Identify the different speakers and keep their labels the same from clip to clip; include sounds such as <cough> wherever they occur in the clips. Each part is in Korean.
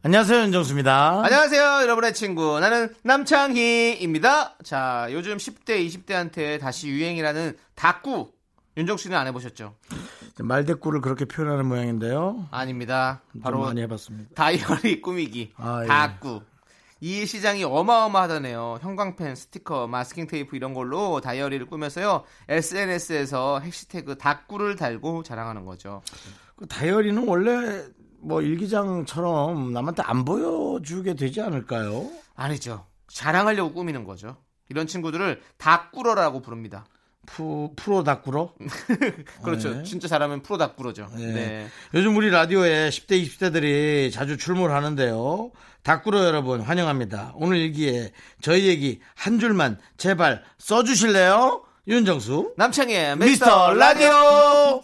Speaker 1: 안녕하세요, 윤정수입니다.
Speaker 2: 안녕하세요, 여러분의 친구. 나는 남창희입니다. 자, 요즘 10대, 20대한테 다시 유행이라는 다꾸. 윤정 씨는 안 해보셨죠?
Speaker 1: 말대꾸를 그렇게 표현하는 모양인데요.
Speaker 2: 아닙니다.
Speaker 1: 바로
Speaker 2: 바로
Speaker 1: 많이 해봤습니다.
Speaker 2: 다이어리 꾸미기.
Speaker 1: 아, 예.
Speaker 2: 다꾸. 이 시장이 어마어마하다네요. 형광펜, 스티커, 마스킹 테이프 이런 걸로 다이어리를 꾸며서요. SNS에서 해시태그 다꾸를 달고 자랑하는 거죠.
Speaker 1: 그 다이어리는 원래 뭐 일기장처럼 남한테 안 보여주게 되지 않을까요?
Speaker 2: 아니죠. 자랑하려고 꾸미는 거죠. 이런 친구들을 다꾸러라고 부릅니다.
Speaker 1: 프, 프로 다꾸로?
Speaker 2: <laughs> 그렇죠.
Speaker 1: 네.
Speaker 2: 진짜 잘하면 프로 다꾸러죠.
Speaker 1: 예.
Speaker 2: 네.
Speaker 1: 요즘 우리 라디오에 10대, 20대들이 자주 출몰하는데요. 다꾸로 여러분 환영합니다. 오늘 일기에 저희 얘기 한 줄만 제발 써주실래요? 윤정수.
Speaker 2: 남창희의
Speaker 1: 미스터
Speaker 2: 미스터 라디오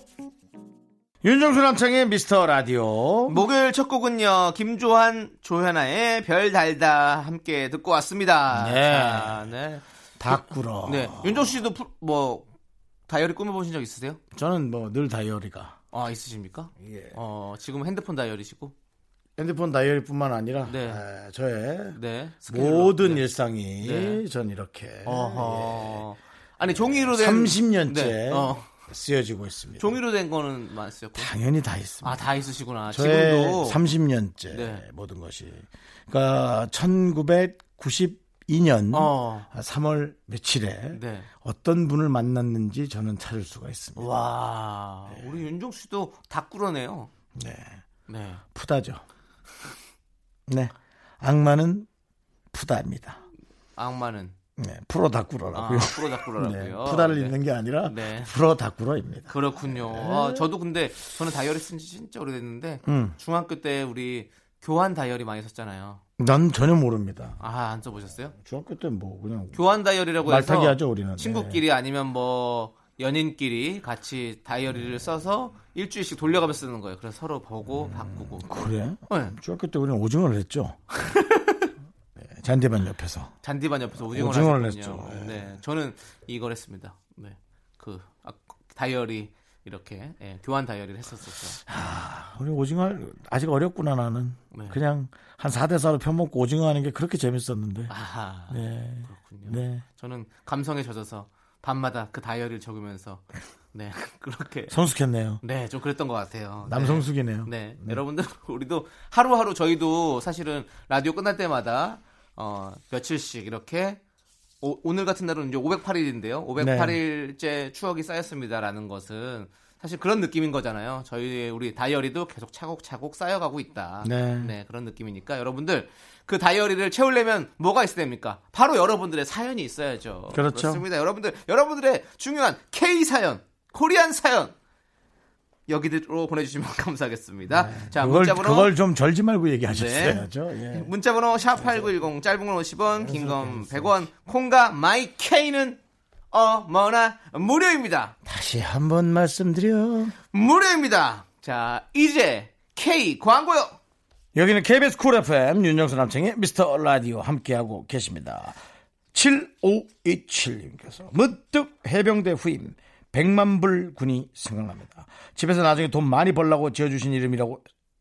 Speaker 1: 윤정수 남창의 미스터 라디오.
Speaker 2: 목요일 첫 곡은요 김조한 조현아의 별 달다 함께 듣고 왔습니다
Speaker 1: 예.
Speaker 2: 자, 네.
Speaker 1: 다꾸로.
Speaker 2: 네. 윤정수 씨도 프- 뭐 다이어리 꾸며보신 적 있으세요?
Speaker 1: 저는 뭐 늘 다이어리가.
Speaker 2: 아 있으십니까?
Speaker 1: 예.
Speaker 2: 어 지금 핸드폰 다이어리시고
Speaker 1: 핸드폰 다이어리뿐만 아니라
Speaker 2: 네.
Speaker 1: 에, 저의
Speaker 2: 네 스케줄로.
Speaker 1: 모든
Speaker 2: 네.
Speaker 1: 일상이
Speaker 2: 네.
Speaker 1: 전 이렇게
Speaker 2: 어허 예. 아니 종이로 된
Speaker 1: 30년째
Speaker 2: 네. 어.
Speaker 1: 쓰여지고 있습니다.
Speaker 2: 종이로 된 거는 많으셨고
Speaker 1: 당연히 다 있습니다.
Speaker 2: 아다 있으시구나
Speaker 1: 저의
Speaker 2: 지금도
Speaker 1: 30년째
Speaker 2: 네.
Speaker 1: 모든 것이 그러니까 1992년
Speaker 2: 어.
Speaker 1: 3월 며칠에
Speaker 2: 네. 어.
Speaker 1: 어떤 분을 만났는지 저는 찾을 수가 있습니다.
Speaker 2: 와 네. 우리 윤정수 씨도 다 꾸러네요
Speaker 1: 네.
Speaker 2: 네
Speaker 1: 푸다죠. 네. 악마는 푸다입니다.
Speaker 2: 악마는
Speaker 1: 네. 프로
Speaker 2: 아,
Speaker 1: 다꾸러라고요.
Speaker 2: 프로
Speaker 1: 네,
Speaker 2: 다꾸러라고요.
Speaker 1: 푸다를
Speaker 2: 네.
Speaker 1: 읽는 게 네. 아니라
Speaker 2: 네.
Speaker 1: 프로 다꾸러입니다.
Speaker 2: 그렇군요. 아, 저도 근데 저는 다이어리 쓴 지 진짜 오래됐는데
Speaker 1: 음.
Speaker 2: 중학교 때 우리 교환 다이어리 많이 썼잖아요.
Speaker 1: 난 전혀 모릅니다.
Speaker 2: 아, 안 써보셨어요?
Speaker 1: 중학교 때 뭐 그냥
Speaker 2: 교환 다이어리라고 해서
Speaker 1: 말타기 하죠 우리는. 네.
Speaker 2: 친구끼리 아니면 뭐 연인끼리 같이 다이어리를 써서 일주일씩 돌려가면서 쓰는 거예요. 그래서 서로 보고 바꾸고.
Speaker 1: 네. 그래?
Speaker 2: 네.
Speaker 1: 중학교 때 우리는 오징어를
Speaker 2: <laughs>
Speaker 1: 했죠. 네, 잔디반 옆에서.
Speaker 2: 잔디반 옆에서 오징어를,
Speaker 1: 오징어를
Speaker 2: 하셨군요.
Speaker 1: 했죠. 예.
Speaker 2: 네, 저는 이걸 했습니다. 네, 그 아, 다이어리 이렇게 예, 교환 다이어리를 했었었죠.
Speaker 1: 우리 오징어 할- 아직 어렸구나 나는.
Speaker 2: 네.
Speaker 1: 그냥 한 4대 4로 편먹고 오징어 하는 게 그렇게 재밌었는데.
Speaker 2: 아하,
Speaker 1: 네.
Speaker 2: 그렇군요.
Speaker 1: 네.
Speaker 2: 저는 감성에 젖어서 밤마다 그 다이어리를 적으면서 네 <laughs> 그렇게
Speaker 1: 성숙했네요.
Speaker 2: 네 좀 그랬던 것 같아요.
Speaker 1: 남성숙이네요.
Speaker 2: 네, 네. 여러분들 <laughs> 우리도 하루하루 저희도 사실은 라디오 끝날 때마다 어 며칠씩 이렇게 오, 늘 같은 날은 이제 508일인데요. 508일째
Speaker 1: 네.
Speaker 2: 추억이 쌓였습니다라는 것은 사실 그런 느낌인 거잖아요. 저희의 우리 다이어리도 계속 차곡차곡 쌓여가고 있다.
Speaker 1: 네.
Speaker 2: 그런 느낌이니까 여러분들 그 다이어리를 채우려면 뭐가 있어야 됩니까? 바로 여러분들의 사연이 있어야죠.
Speaker 1: 그렇죠.
Speaker 2: 그렇습니다. 여러분들 여러분들의 중요한 K 사연, 코리안 사연 여기로 보내주시면 <laughs> 감사하겠습니다. 자,
Speaker 1: 네. 그걸
Speaker 2: 문자번호 네.
Speaker 1: 그걸 좀 절지 말고 얘기하셨어야죠. 예.
Speaker 2: 문자번호 샵 8910 짧은 건 50원, 긴 건 100원, 콩과 마이 케이는 어머나 무료입니다.
Speaker 1: 다시 한 번 말씀드려.
Speaker 2: 무료입니다. 자, 이제 K 광고요.
Speaker 1: 여기는 KBS 쿨 FM 윤정수 남창의 미스터 라디오 함께하고 계십니다. 7527님께서 무뚝 해병대 후임 100만불 군이 생각납니다. 집에서 나중에 돈 많이 벌라고 지어주신 이름이라고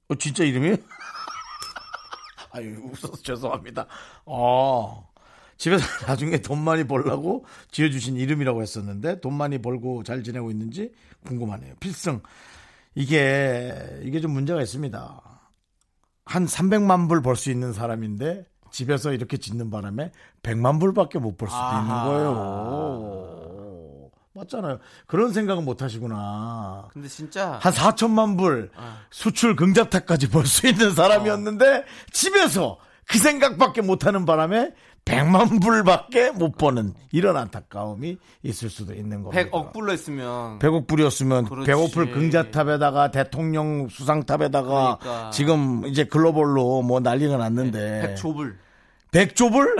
Speaker 1: 어, 진짜 이름이? <laughs> 아유 웃어서 죄송합니다. 어 집에서 <laughs> 나중에 돈 많이 벌라고 지어주신 이름이라고 했었는데 돈 많이 벌고 잘 지내고 있는지 궁금하네요. 필승 이게 이게 좀 문제가 있습니다. 한 300만 불 벌 수 있는 사람인데 집에서 이렇게 짓는 바람에 100만 불밖에 못 벌 수도 있는 거예요. 맞잖아요. 그런 생각은 못 하시구나.
Speaker 2: 근데 진짜
Speaker 1: 한 4천만 불 수출 경자탁까지 벌 수 있는 사람이었는데 집에서 그 생각밖에 못 하는 바람에 100만 불밖에 못 버는 이런 안타까움이 있을 수도 있는 겁니다.
Speaker 2: 100억 불로 했으면
Speaker 1: 배고플이었으면
Speaker 2: 그렇지.
Speaker 1: 배고플 긍자탑에다가 대통령 수상탑에다가
Speaker 2: 그러니까. 네,
Speaker 1: 지금 이제 글로벌로 뭐 난리가 났는데
Speaker 2: 100조불, <laughs>
Speaker 1: 백조불?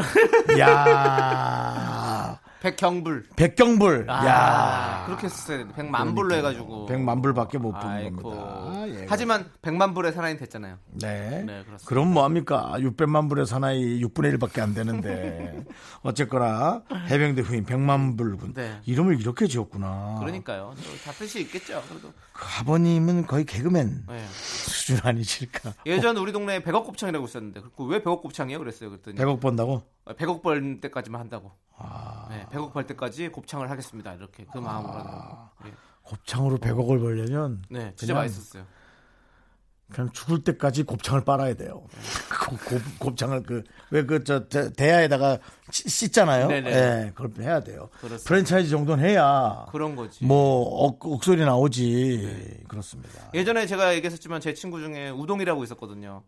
Speaker 1: 야
Speaker 2: 100경불.
Speaker 1: 백경불.
Speaker 2: 아,
Speaker 1: 야
Speaker 2: 그렇게 했어야 되는데 100만 불로 해가지고.
Speaker 1: 100만 불밖에 못 부는
Speaker 2: 아이고.
Speaker 1: 겁니다. 예.
Speaker 2: 하지만 100만 불의 사나이 됐잖아요.
Speaker 1: 네.
Speaker 2: 네, 그렇습니다.
Speaker 1: 그럼 뭐합니까? 600만 불의 사나이 6분의 1밖에 안
Speaker 2: <laughs>
Speaker 1: 되는데. 어쨌거나 해병대 후임 100만 불군.
Speaker 2: 네.
Speaker 1: 이름을 이렇게 지었구나.
Speaker 2: 그러니까요. 또다 뜻이 있겠죠. 그래도.
Speaker 1: 그 아버님은 거의 개그맨
Speaker 2: 예.
Speaker 1: 수준 아니실까?
Speaker 2: 예전 우리 동네에 100억 곱창이라고 있었는데 그왜 100억 곱창이에요? 그랬어요. 그랬더니
Speaker 1: 100억 번다고?
Speaker 2: 100억 벌 때까지만 한다고.
Speaker 1: 아.
Speaker 2: 네, 100억 벌 때까지 곱창을 하겠습니다. 이렇게 그 마음으로 하더라고요. 예.
Speaker 1: 곱창으로 100억을 벌려면
Speaker 2: 네, 진짜
Speaker 1: 그냥-
Speaker 2: 맛있었어요.
Speaker 1: 그냥 죽을 때까지 곱창을 빨아야 돼요.
Speaker 2: 네.
Speaker 1: <laughs> 곱, 창을 그 왜 그 저 대야에다가 씻- 씻잖아요.
Speaker 2: 네네.
Speaker 1: 예, 그걸 해야 돼요.
Speaker 2: 그렇습니다.
Speaker 1: 프랜차이즈 정도는 해야
Speaker 2: 그런 거지. 네.
Speaker 1: 뭐 억, 억소리 나오지. 그렇습니다.
Speaker 2: 예전에 제가 얘기했었지만 제 친구 중에 우동이라고 있었거든요.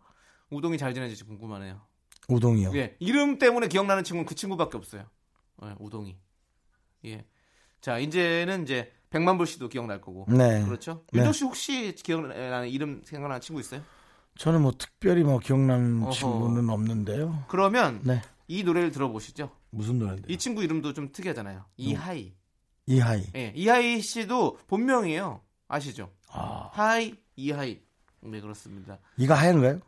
Speaker 2: 우동이 잘 지내는지 궁금하네요.
Speaker 1: 우동이요.
Speaker 2: 예, 이름 때문에 기억나는 친구는 그 친구밖에 없어요. 예, 우동이. 예. 자, 이제는 이제 백만불 씨도 기억날 거고.
Speaker 1: 네.
Speaker 2: 그렇죠?
Speaker 1: 네.
Speaker 2: 윤정 씨 혹시 기억나는 이름 생각나는 친구 있어요?
Speaker 1: 저는 뭐 특별히 뭐 기억나는
Speaker 2: 어허.
Speaker 1: 친구는 없는데요.
Speaker 2: 그러면
Speaker 1: 네.
Speaker 2: 이 노래를 들어보시죠.
Speaker 1: 무슨 노래인데?
Speaker 2: 이 친구 이름도 좀 특이하잖아요. 이하이.
Speaker 1: 이하이.
Speaker 2: 예, 이하이 씨도 본명이에요. 아시죠?
Speaker 1: 아.
Speaker 2: 하이 이하이. 네 그렇습니다.
Speaker 1: 이가 하얀가요?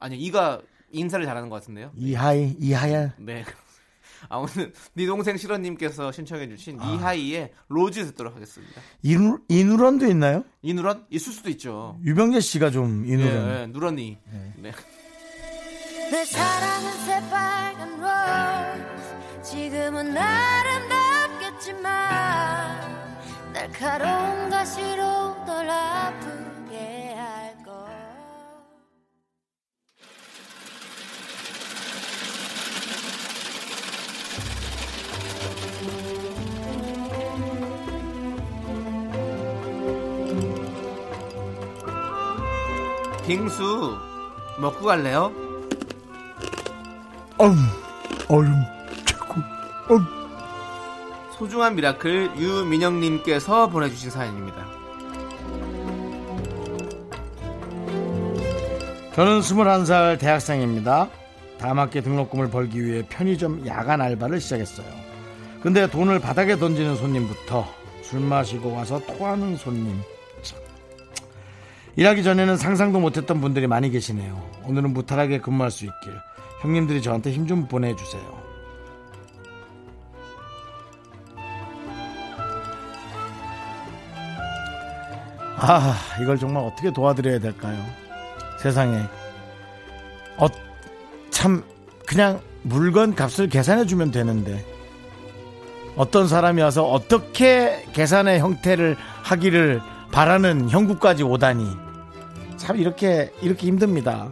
Speaker 2: 아니 이가 인사를 잘하는 것 같은데요.
Speaker 1: 이하이, 이하야.
Speaker 2: 네. <laughs> 아무튼 네 동생 실원님께서 신청해주신
Speaker 1: 아.
Speaker 2: 이하이의 로즈 듣도록 하겠습니다.
Speaker 1: 이누, 이누런도 있나요?
Speaker 2: 이누런 있을 수도 있죠.
Speaker 1: 유병재 씨가 좀
Speaker 2: 예,
Speaker 1: 이누런.
Speaker 2: 예, 누런이. 네.
Speaker 3: 내 사랑은 새빨간 로즈 지금은 아름답겠지만 날카로운 가시로 널 아프게 할걸
Speaker 2: 빙수 먹고 갈래요?
Speaker 1: 얼음, 얼음, 최고. 얼음.
Speaker 2: 소중한 미라클 유민영님께서 보내주신 사연입니다.
Speaker 1: 저는 21살 대학생입니다. 다음 학기 등록금을 벌기 위해 편의점 야간 알바를 시작했어요. 근데 돈을 바닥에 던지는 손님부터 술 마시고 와서 토하는 손님. 참. 일하기 전에는 상상도 못했던 분들이 많이 계시네요. 오늘은 무탈하게 근무할 수 있길. 형님들이 저한테 힘 좀 보내주세요. 아, 이걸 정말 어떻게 도와드려야 될까요? 세상에 어, 어참 그냥 물건 값을 계산해 주면 되는데 어떤 사람이 와서 어떻게 계산의 형태를 하기를 바라는 형국까지 오다니 참 이렇게 이렇게 힘듭니다.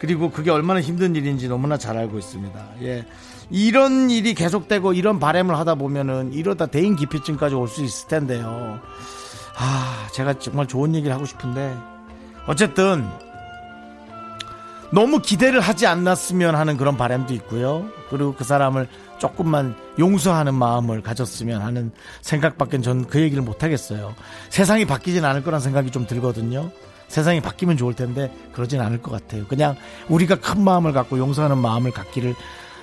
Speaker 1: 그리고 그게 얼마나 힘든 일인지 너무나 잘 알고 있습니다. 예. 이런 일이 계속되고 이런 바램을 하다 보면은 이러다 대인 기피증까지 올 수 있을 텐데요. 아, 제가 정말 좋은 얘기를 하고 싶은데 어쨌든 너무 기대를 하지 않았으면 하는 그런 바람도 있고요. 그리고 그 사람을 조금만 용서하는 마음을 가졌으면 하는 생각밖엔 전 그 얘기를 못하겠어요. 세상이 바뀌진 않을 거란 생각이 좀 들거든요. 세상이 바뀌면 좋을 텐데 그러진 않을 것 같아요. 그냥 우리가 큰 마음을 갖고 용서하는 마음을 갖기를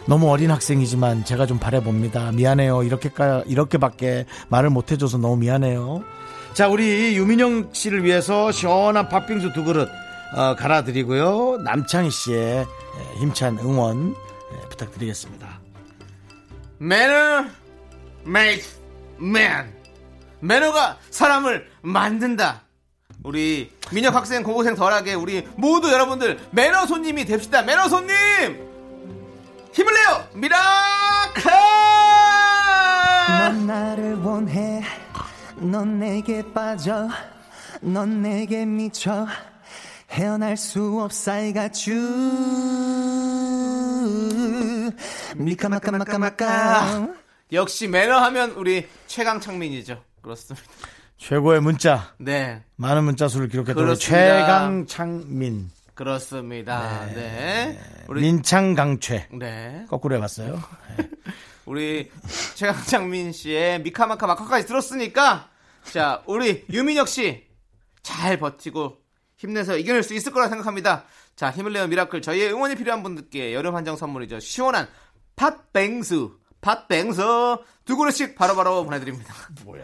Speaker 1: 너무 어린 학생이지만 제가 좀 바라봅니다. 미안해요. 이렇게까 이렇게밖에 말을 못해줘서 너무 미안해요. 자, 우리 유민영 씨를 위해서 시원한 팥빙수 두 그릇 어, 갈아드리고요. 남창희 씨의 예, 힘찬 응원 예, 부탁드리겠습니다.
Speaker 2: 매너 makes man. 매너가 사람을 만든다. 우리 민혁 학생 고고생 덜하게 우리 모두 여러분들 매너 손님이 됩시다. 매너 손님 힘을 내요. 미라클.
Speaker 4: 넌 나를 원해 넌 내게 빠져 넌 내게 미쳐 헤어날 수 없어 I got you 미카마카마카마카
Speaker 2: 역시 매너 하면 우리 최강 창민이죠. 그렇습니다.
Speaker 1: 최고의 문자,
Speaker 2: 네.
Speaker 1: 많은 문자 수를 기록했던 우리
Speaker 2: 그렇습니다.
Speaker 1: 최강창민
Speaker 2: 그렇습니다. 네. 우리
Speaker 1: 민창강최
Speaker 2: 네.
Speaker 1: 거꾸로 해봤어요.
Speaker 2: 우리 최강장민 씨의 미카마카 마카까지 들었으니까 자 우리 유민혁 씨 잘 버티고 힘내서 이겨낼 수 있을 거라 생각합니다. 자 힘을 내어 미라클 저희의 응원이 필요한 분들께 여름 한정 선물이죠 시원한 팥뱅수 팥뱅수 두 그릇씩 바로바로 보내드립니다. 뭐야?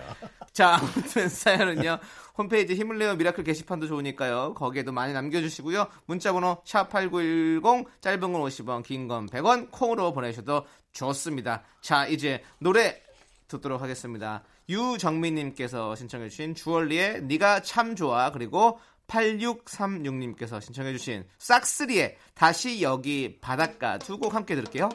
Speaker 2: 자 아무튼 <laughs> 사연은요 홈페이지 힘을 내어 미라클 게시판도 좋으니까요 거기에도 많이 남겨주시고요 문자번호 샵8910 짧은 건 50원 긴 건 100원 콩으로 보내셔도 좋습니다. 자 이제 노래 듣도록 하겠습니다. 유정민님께서 신청해주신 주얼리의 네가 참 좋아 그리고 8636님께서 신청해주신 싹스리의 다시 여기 바닷가 두 곡 함께 들을게요.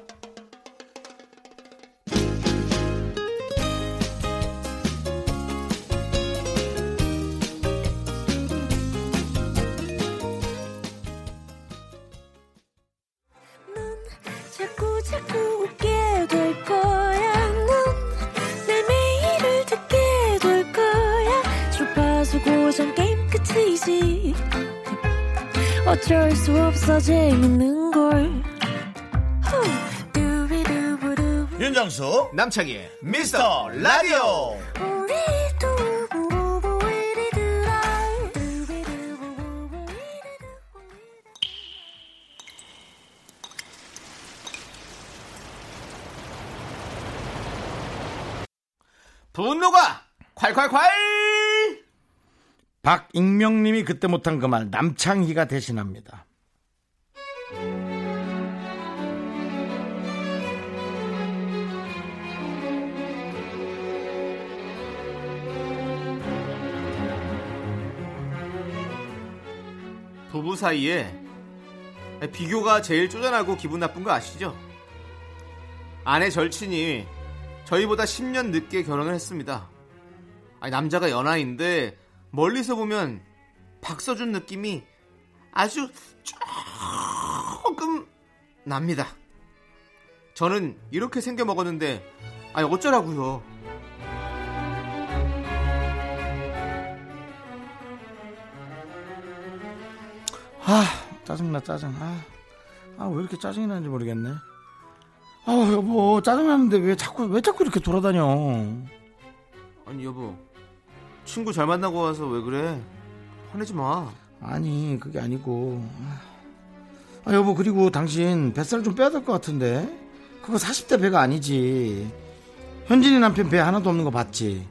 Speaker 3: 자꾸 자꾸 웃게 될 거야. 넌내 매일을 듣게 될 거야. 주파수 고정 게임 끝이지. 어쩔 수 없어 재밌는 걸. 후. 두비두부두부.
Speaker 1: 윤정수
Speaker 2: 남창희의
Speaker 1: 미스터 라디오
Speaker 3: 우리 두부부부 우리 두라. 두비두부부부 우리 두부부.
Speaker 2: 분노가 콸콸콸
Speaker 1: 박익명님이 그때 못한 그 말 남창희가 대신합니다.
Speaker 2: 부부 사이에 비교가 제일 쪼잔하고 기분 나쁜 거 아시죠? 아내 절친이 저희보다 10년 늦게 결혼을 했습니다. 아니, 남자가 연하인데 멀리서 보면 박서준 느낌이 아주 조금 납니다. 저는 이렇게 생겨 먹었는데 아니 어쩌라고요?
Speaker 1: 아 짜증나 짜증 아 왜 이렇게 짜증이 나는지 모르겠네 아 여보 짜증나는데 왜 자꾸 왜 자꾸 이렇게 돌아다녀
Speaker 2: 아니 여보 친구 잘 만나고 와서 왜 그래? 화내지 마.
Speaker 1: 아니 그게 아니고 아 여보 그리고 당신 뱃살 좀 빼야 될 것 같은데 그거 40대 배가 아니지 현진이 남편 배 하나도 없는 거 봤지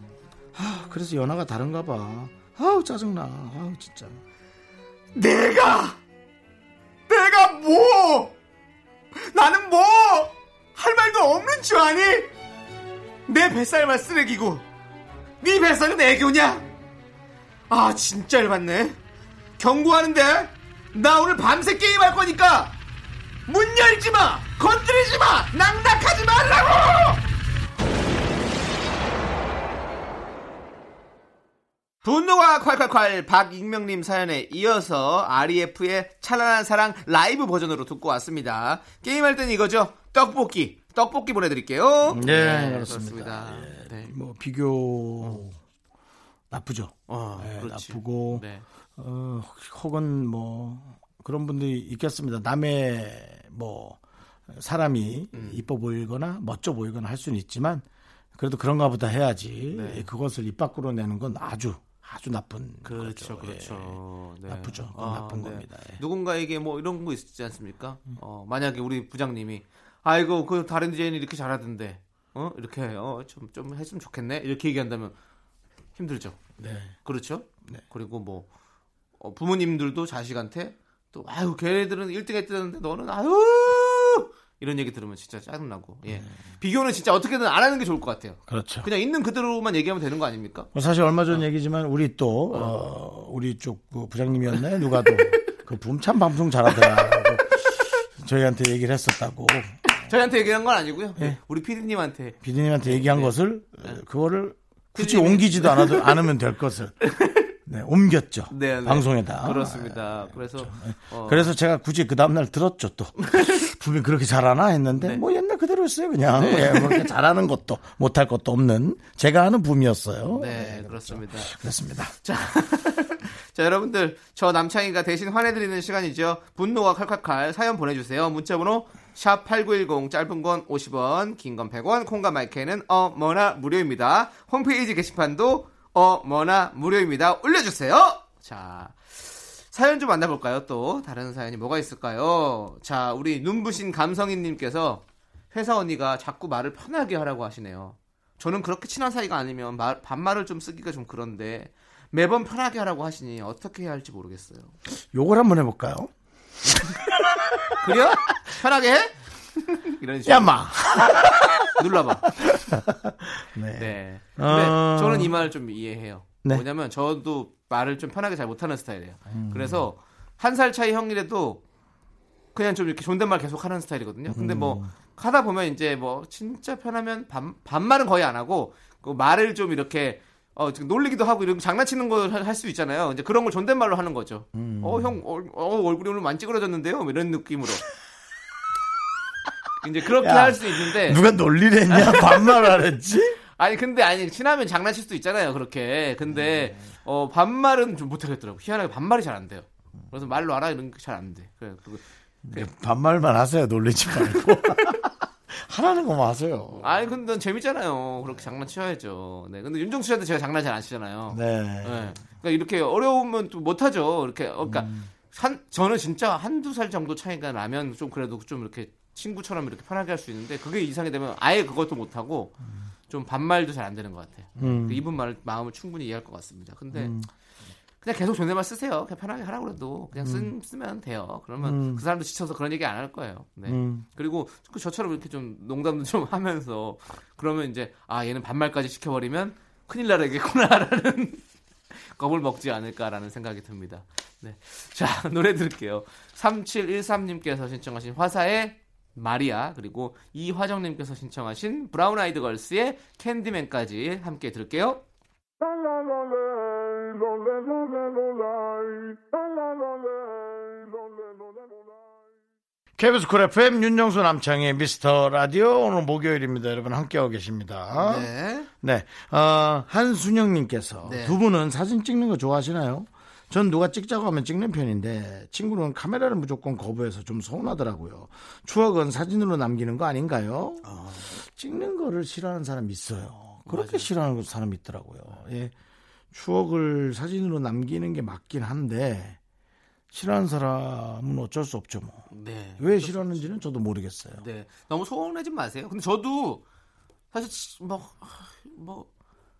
Speaker 1: 아 그래서 연하가 다른가 봐 아우 짜증나 아우 진짜
Speaker 2: 내가 내가 뭐 나는 뭐 할 말도 없는 줄 아니 내 뱃살만 쓰레기고 네 뱃살은 애교냐 아 진짜 열받네 경고하는데 나 오늘 밤새 게임할 거니까 문 열지 마 건드리지 마 낙낙하지 말라고 분노가 콸콸콸 박익명님 사연에 이어서 REF의 찬란한 사랑 라이브 버전으로 듣고 왔습니다. 게임할 땐 이거죠. 떡볶이. 떡볶이 보내드릴게요.
Speaker 1: 네, 그렇습니다.
Speaker 2: 그렇습니다. 네.
Speaker 1: 뭐 비교 나쁘죠
Speaker 2: 어,
Speaker 1: 네,
Speaker 2: 그렇지.
Speaker 1: 나쁘고
Speaker 2: 네.
Speaker 1: 어, 혹- 혹은 뭐 그런 분들이 있겠습니다. 남의 뭐 사람이
Speaker 2: 음.
Speaker 1: 이뻐 보이거나 멋져 보이거나 할 수는 있지만 그래도 그런가 보다 해야지 그것을 입 밖으로 내는 건 아주 아주 나쁜
Speaker 2: 네. 그렇죠,
Speaker 1: 거죠. 예.
Speaker 2: 그렇죠. 네.
Speaker 1: 나쁘죠. 그건 나쁜 겁니다. 예. 음.
Speaker 2: 누군가에게 뭐 이런 거 있지 않습니까? 어, 만약에 우리 부장님이 아이고 그 다른 디자인이 이렇게 잘하던데, 어 이렇게 어좀좀 했으면 좋겠네 이렇게 얘기한다면 힘들죠.
Speaker 1: 예. 네.
Speaker 2: 그렇죠. 그리고 뭐 어, 부모님들도 자식한테 또 아유 걔네들은 1등 했다는데 너는 아유 이런 얘기 들으면 진짜 짜증나고
Speaker 1: 네.
Speaker 2: 예 비교는 진짜 어떻게든 안 하는 게 좋을 것 같아요.
Speaker 1: 그렇죠.
Speaker 2: 그냥 있는 그대로만 얘기하면 되는 거 아닙니까?
Speaker 1: 뭐 사실 얼마 전 얘기지만 우리 또 어, 우리 쪽그 부장님이었나요?
Speaker 2: <laughs>
Speaker 1: 누가도 그 부참 방송 잘하더라. 저희한테 얘기를 했었다고
Speaker 2: 저희한테 얘기한 건 아니고요.
Speaker 1: 예.
Speaker 2: 우리 피디님한테
Speaker 1: 비디님한테
Speaker 2: 네.
Speaker 1: 얘기한 것을 어, 그거를 굳이
Speaker 2: 피디님이-
Speaker 1: 옮기지도 않아도 않으면 될
Speaker 2: <laughs>
Speaker 1: 것을 네, 옮겼죠
Speaker 2: 네, 네.
Speaker 1: 방송에다. 아, 예.
Speaker 2: 그렇습니다. 그래서 어,
Speaker 1: 그래서 제가 굳이 그 다음날 들었죠
Speaker 2: <laughs>
Speaker 1: 또 분명 그렇게 잘하나 했는데
Speaker 2: 네.
Speaker 1: 뭐 옛날 그대로였어요 그냥 예, 뭐 이렇게 잘하는 것도 못할 것도 없는 제가 아는 붐이었어요.
Speaker 2: 네 그렇습니다.
Speaker 1: 그렇습니다.
Speaker 2: <laughs> 자, 자, 여러분들, 저 남창희가 대신 화내드리는 시간이죠. 분노와 칼칼칼 사연 보내주세요. 문자번호 샵8910 짧은 건 50원, 긴 건 100원, 콩과 마이크는 어머나 무료입니다. 홈페이지 게시판도 어머나 무료입니다. 올려주세요! 자, 사연 좀 만나볼까요? 또 다른 사연이 뭐가 있을까요? 자, 우리 눈부신 감성인님께서 회사 언니가 자꾸 말을 편하게 하라고 하시네요. 저는 그렇게 친한 사이가 아니면 말- 반말을 좀 쓰기가 좀 그런데 매번 편하게 하라고 하시니 어떻게 해야 할지 모르겠어요.
Speaker 1: 요걸 한번 해볼까요?
Speaker 2: 그래요? 편하게 해? <laughs> 이런 식으로
Speaker 1: 야마.
Speaker 2: 눌러봐.
Speaker 1: 네.
Speaker 2: 네. 근데
Speaker 1: 어.
Speaker 2: 저는 이 말을 좀 이해해요.
Speaker 1: 네.
Speaker 2: 뭐냐면 저도 말을 좀 편하게 잘 못하는 스타일이에요.
Speaker 1: 음.
Speaker 2: 그래서 한 살 차이 형이라도 그냥 좀 이렇게 존댓말 계속 하는 스타일이거든요. 근데 뭐
Speaker 1: 음.
Speaker 2: 하다 보면 이제 뭐 진짜 편하면 반, 반말은 거의 안 하고 그 말을 좀 이렇게 어, 지금 놀리기도 하고 이런 장난치는 걸 할 수 있잖아요. 이제 그런 걸 존댓말로 하는 거죠.
Speaker 1: 음.
Speaker 2: 어, 형, 어, 어, 얼굴이 오늘 많이 찌그러졌는데요? 뭐
Speaker 1: <laughs>
Speaker 2: 이런 느낌으로. 이제 그렇게
Speaker 1: 야.
Speaker 2: 할 수 있는데.
Speaker 1: 누가 놀리랬냐? 반말하랬지?
Speaker 2: 아니 근데 아니 친하면 장난칠 수도 있잖아요 그렇게 근데 어 반말은 좀 못하겠더라고 희한하게 반말이 잘 안 돼요 그래서 말로 알아 이런 게 잘 안돼 그래 그거-
Speaker 1: 반말만 하세요. 놀리지 말고. <laughs> 하라는 거만 하세요.
Speaker 2: 아니 근데 난 재밌잖아요 그렇게 장난쳐야죠 네 근데 윤종수 씨한테 제가 장난 잘 안 치잖아요
Speaker 1: 네.
Speaker 2: 네. 그러니까 이렇게 어려우면 또 못하죠 이렇게 어, 그러니까 한 저는 진짜 한두 살 정도 차이가 나면 좀 그래도 좀 이렇게 친구처럼 이렇게 편하게 할 수 있는데 그게 이상이 되면 아예 그것도 못하고 좀 반말도 잘 안 되는 것 같아요. 그 이분 말 마음을 충분히 이해할 것 같습니다. 근데 그냥 계속 존댓말 쓰세요. 그냥 편하게 하라고 그래도 그냥 쓴- 쓰면 돼요. 그러면 그 사람도 지쳐서 그런 얘기 안 할 거예요. 네. 그리고 그 저처럼 이렇게 좀 농담도 좀 <laughs> 하면서 그러면 이제 아 얘는 반말까지 시켜버리면 큰일 나겠구나라는 겁을 먹지 않을까라는 생각이 듭니다. 네. 자, <laughs> 노래 들을게요. 3713님께서 신청하신 화사의 마리아, 그리고 이화정님께서 신청하신 브라운 아이드 걸스의 캔디맨까지 함께 들을게요.
Speaker 1: KBS 쿨 FM 윤정수 남창의 미스터 라디오 오늘 목요일입니다. 여러분 함께하고 계십니다. 네.
Speaker 2: 네.
Speaker 1: 어, 한순영님께서
Speaker 2: 네.
Speaker 1: 두 분은 사진 찍는 거 좋아하시나요? 전 누가 찍자고 하면 찍는 편인데 친구는 카메라를 무조건 거부해서 좀 서운하더라고요. 추억은 사진으로 남기는 거 아닌가요? 찍는 거를 싫어하는 사람 있어요. 그렇게 싫어하는 사람 있더라고요. 예. 추억을 사진으로 남기는 게 맞긴 한데 싫어하는 사람은 어쩔 수 없죠 뭐.
Speaker 2: 네.
Speaker 1: 왜 싫어하는지는 저도 모르겠어요.
Speaker 2: 네. 너무 서운하지 마세요. 근데 저도 사실 치- 뭐, 뭐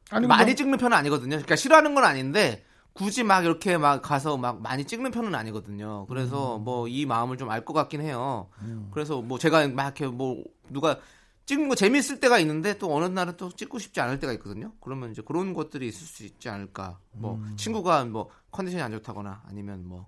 Speaker 1: 아니,
Speaker 2: 많이
Speaker 1: 그냥-
Speaker 2: 찍는 편은 아니거든요. 그러니까 싫어하는 건 아닌데 굳이 막 이렇게 막 가서 막 많이 찍는 편은 아니거든요. 그래서 뭐 이 마음을 좀 알 것 같긴 해요. 그래서 뭐 제가 막 이렇게 뭐 누가 찍는 거 재밌을 때가 있는데 또 어느 날은 또 찍고 싶지 않을 때가 있거든요. 그러면 이제 그런 것들이 있을 수 있지 않을까. 뭐 친구가 뭐 컨디션이 안 좋다거나 아니면 뭐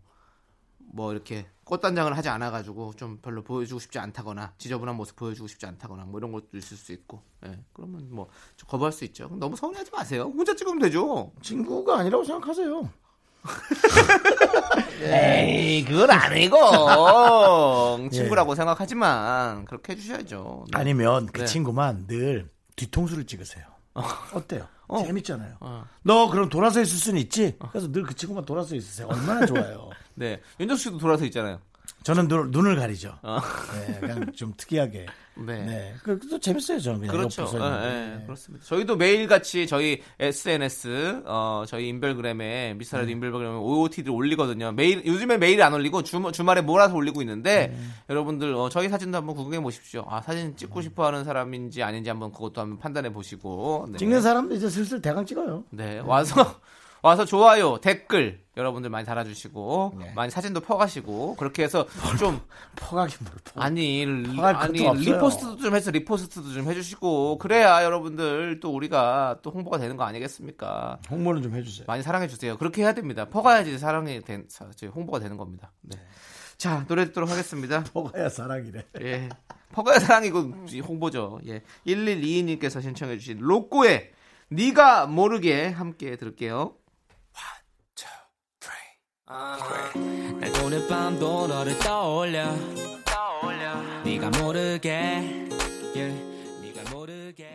Speaker 2: 뭐 이렇게 꽃단장을 하지 않아 가지고 좀 별로 보여주고 싶지 않다거나 지저분한 모습 보여주고 싶지 않다거나 뭐 이런 것도 있을 수 있고. 예. 그러면 뭐좀 거부할 수 있죠. 그럼 너무 서운해하지 마세요. 혼자 찍으면 되죠.
Speaker 1: 친구가 아니라고 생각하세요.
Speaker 2: 에이, 그건 <laughs> 아니고. 친구라고 생각하지만, 그렇게 해주셔야죠. 네.
Speaker 1: 아니면 그
Speaker 2: 네.
Speaker 1: 친구만 늘 뒤통수를 찍으세요. 어때요? 재밌잖아요.
Speaker 2: 어.
Speaker 1: 너 그럼 돌아서 있을 수는 있지? 그래서 늘 그 친구만 돌아서 있으세요. 얼마나 <laughs> 좋아요.
Speaker 2: 네. 윤정수 씨도 돌아서 있잖아요.
Speaker 1: 저는 눈, 눈을 가리죠.
Speaker 2: 어.
Speaker 1: 네, 그냥 좀 특이하게.
Speaker 2: 네.
Speaker 1: 네. 그것도 재밌어요, 저는. 그냥
Speaker 2: 그렇죠.
Speaker 1: 옆에서
Speaker 2: 예,
Speaker 1: 있는 네.
Speaker 2: 예,
Speaker 1: 게.
Speaker 2: 그렇습니다. 저희도 매일같이 저희 SNS, 어, 저희 인별그램에, 미스터라도
Speaker 1: 네.
Speaker 2: 인별그램에 OOT들 올리거든요. 매일, 요즘에 매일 안 올리고 주, 주말에 몰아서 올리고 있는데,
Speaker 1: 네.
Speaker 2: 여러분들, 어, 저희 사진도 한번 구경해 보십시오. 아, 사진
Speaker 1: 네.
Speaker 2: 찍고 싶어 하는 사람인지 아닌지 한번 그것도 한번 판단해 보시고. 네.
Speaker 1: 찍는 사람도 이제 슬슬 대강 찍어요.
Speaker 2: 네, 와서 <laughs> 와서 좋아요, 댓글 여러분들 많이 달아주시고
Speaker 1: 네.
Speaker 2: 많이 사진도 퍼가시고 그렇게 해서 좀
Speaker 1: 퍼가기 뭘 퍼.
Speaker 2: 아니 리,
Speaker 1: 퍼갈 것도
Speaker 2: 아니
Speaker 1: 없어요.
Speaker 2: 리포스트도 좀 해서 리포스트도 좀 해주시고 그래야 여러분들 또 우리가 또 홍보가 되는 거 아니겠습니까?
Speaker 1: 홍보는 좀 해주세요.
Speaker 2: 많이 사랑해 주세요. 그렇게 해야 됩니다. 퍼가야지 사랑이 된 사- 저희 홍보가 되는 겁니다. 네. 자 노래
Speaker 1: <laughs>
Speaker 2: 듣도록 하겠습니다.
Speaker 1: 퍼가야 사랑이래.
Speaker 2: 예. 퍼가야 사랑이고 홍보죠. 예. 1122님께서 신청해 주신 로꼬의 네가 모르게 함께 들을게요.
Speaker 5: 날 오늘 밤도 너를 떠올려 예. 네가 모르게 y 네가 모르게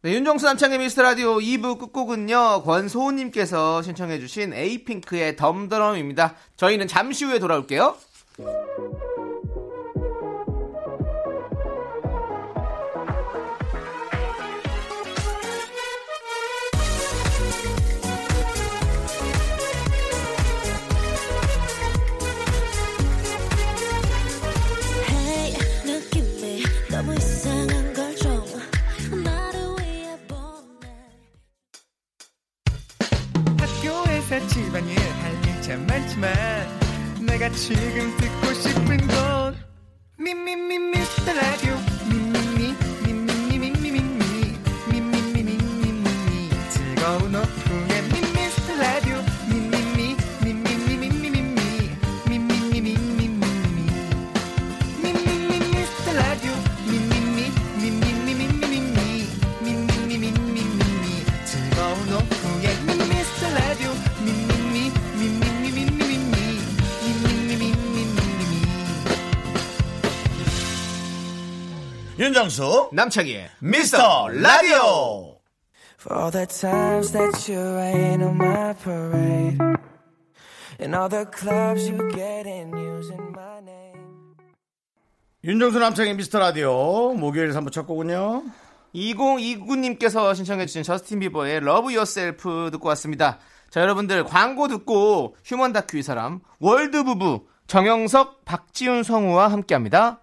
Speaker 2: 네, 윤정수 남창의 미스터라디오 2부 끝곡은요 권소우님께서 신청해주신 에이핑크의 덤덤입니다 저희는 잠시 후에 돌아올게요
Speaker 3: Hey 느낌이 너무 이상한 걸 좀 나를 위해 보내
Speaker 4: 학교에서 집안일 할 일 참 많지만 내가 지금 듣고 싶은 건 미미미 미스터 라디오 미미미 미미미 미미미 미미미 미미미 즐거운 오후에 미스터 라디오 미미미 미미미 미미미 미미미 미미미
Speaker 1: 윤정수
Speaker 2: 남창희의
Speaker 1: 미스터 라디오
Speaker 5: For all the times that you rain on my parade, and all the clubs you get in using my name.
Speaker 1: 윤정수 남창의 미스터 라디오 목요일 3부 첫 곡은요
Speaker 2: 2029님께서 신청해주신 저스틴 비버의 러브 요셀프 듣고 왔습니다. 자, 여러분들 광고 듣고 휴먼 다큐 이 사람 월드 부부 정영석 박지훈 성우와 함께 합니다.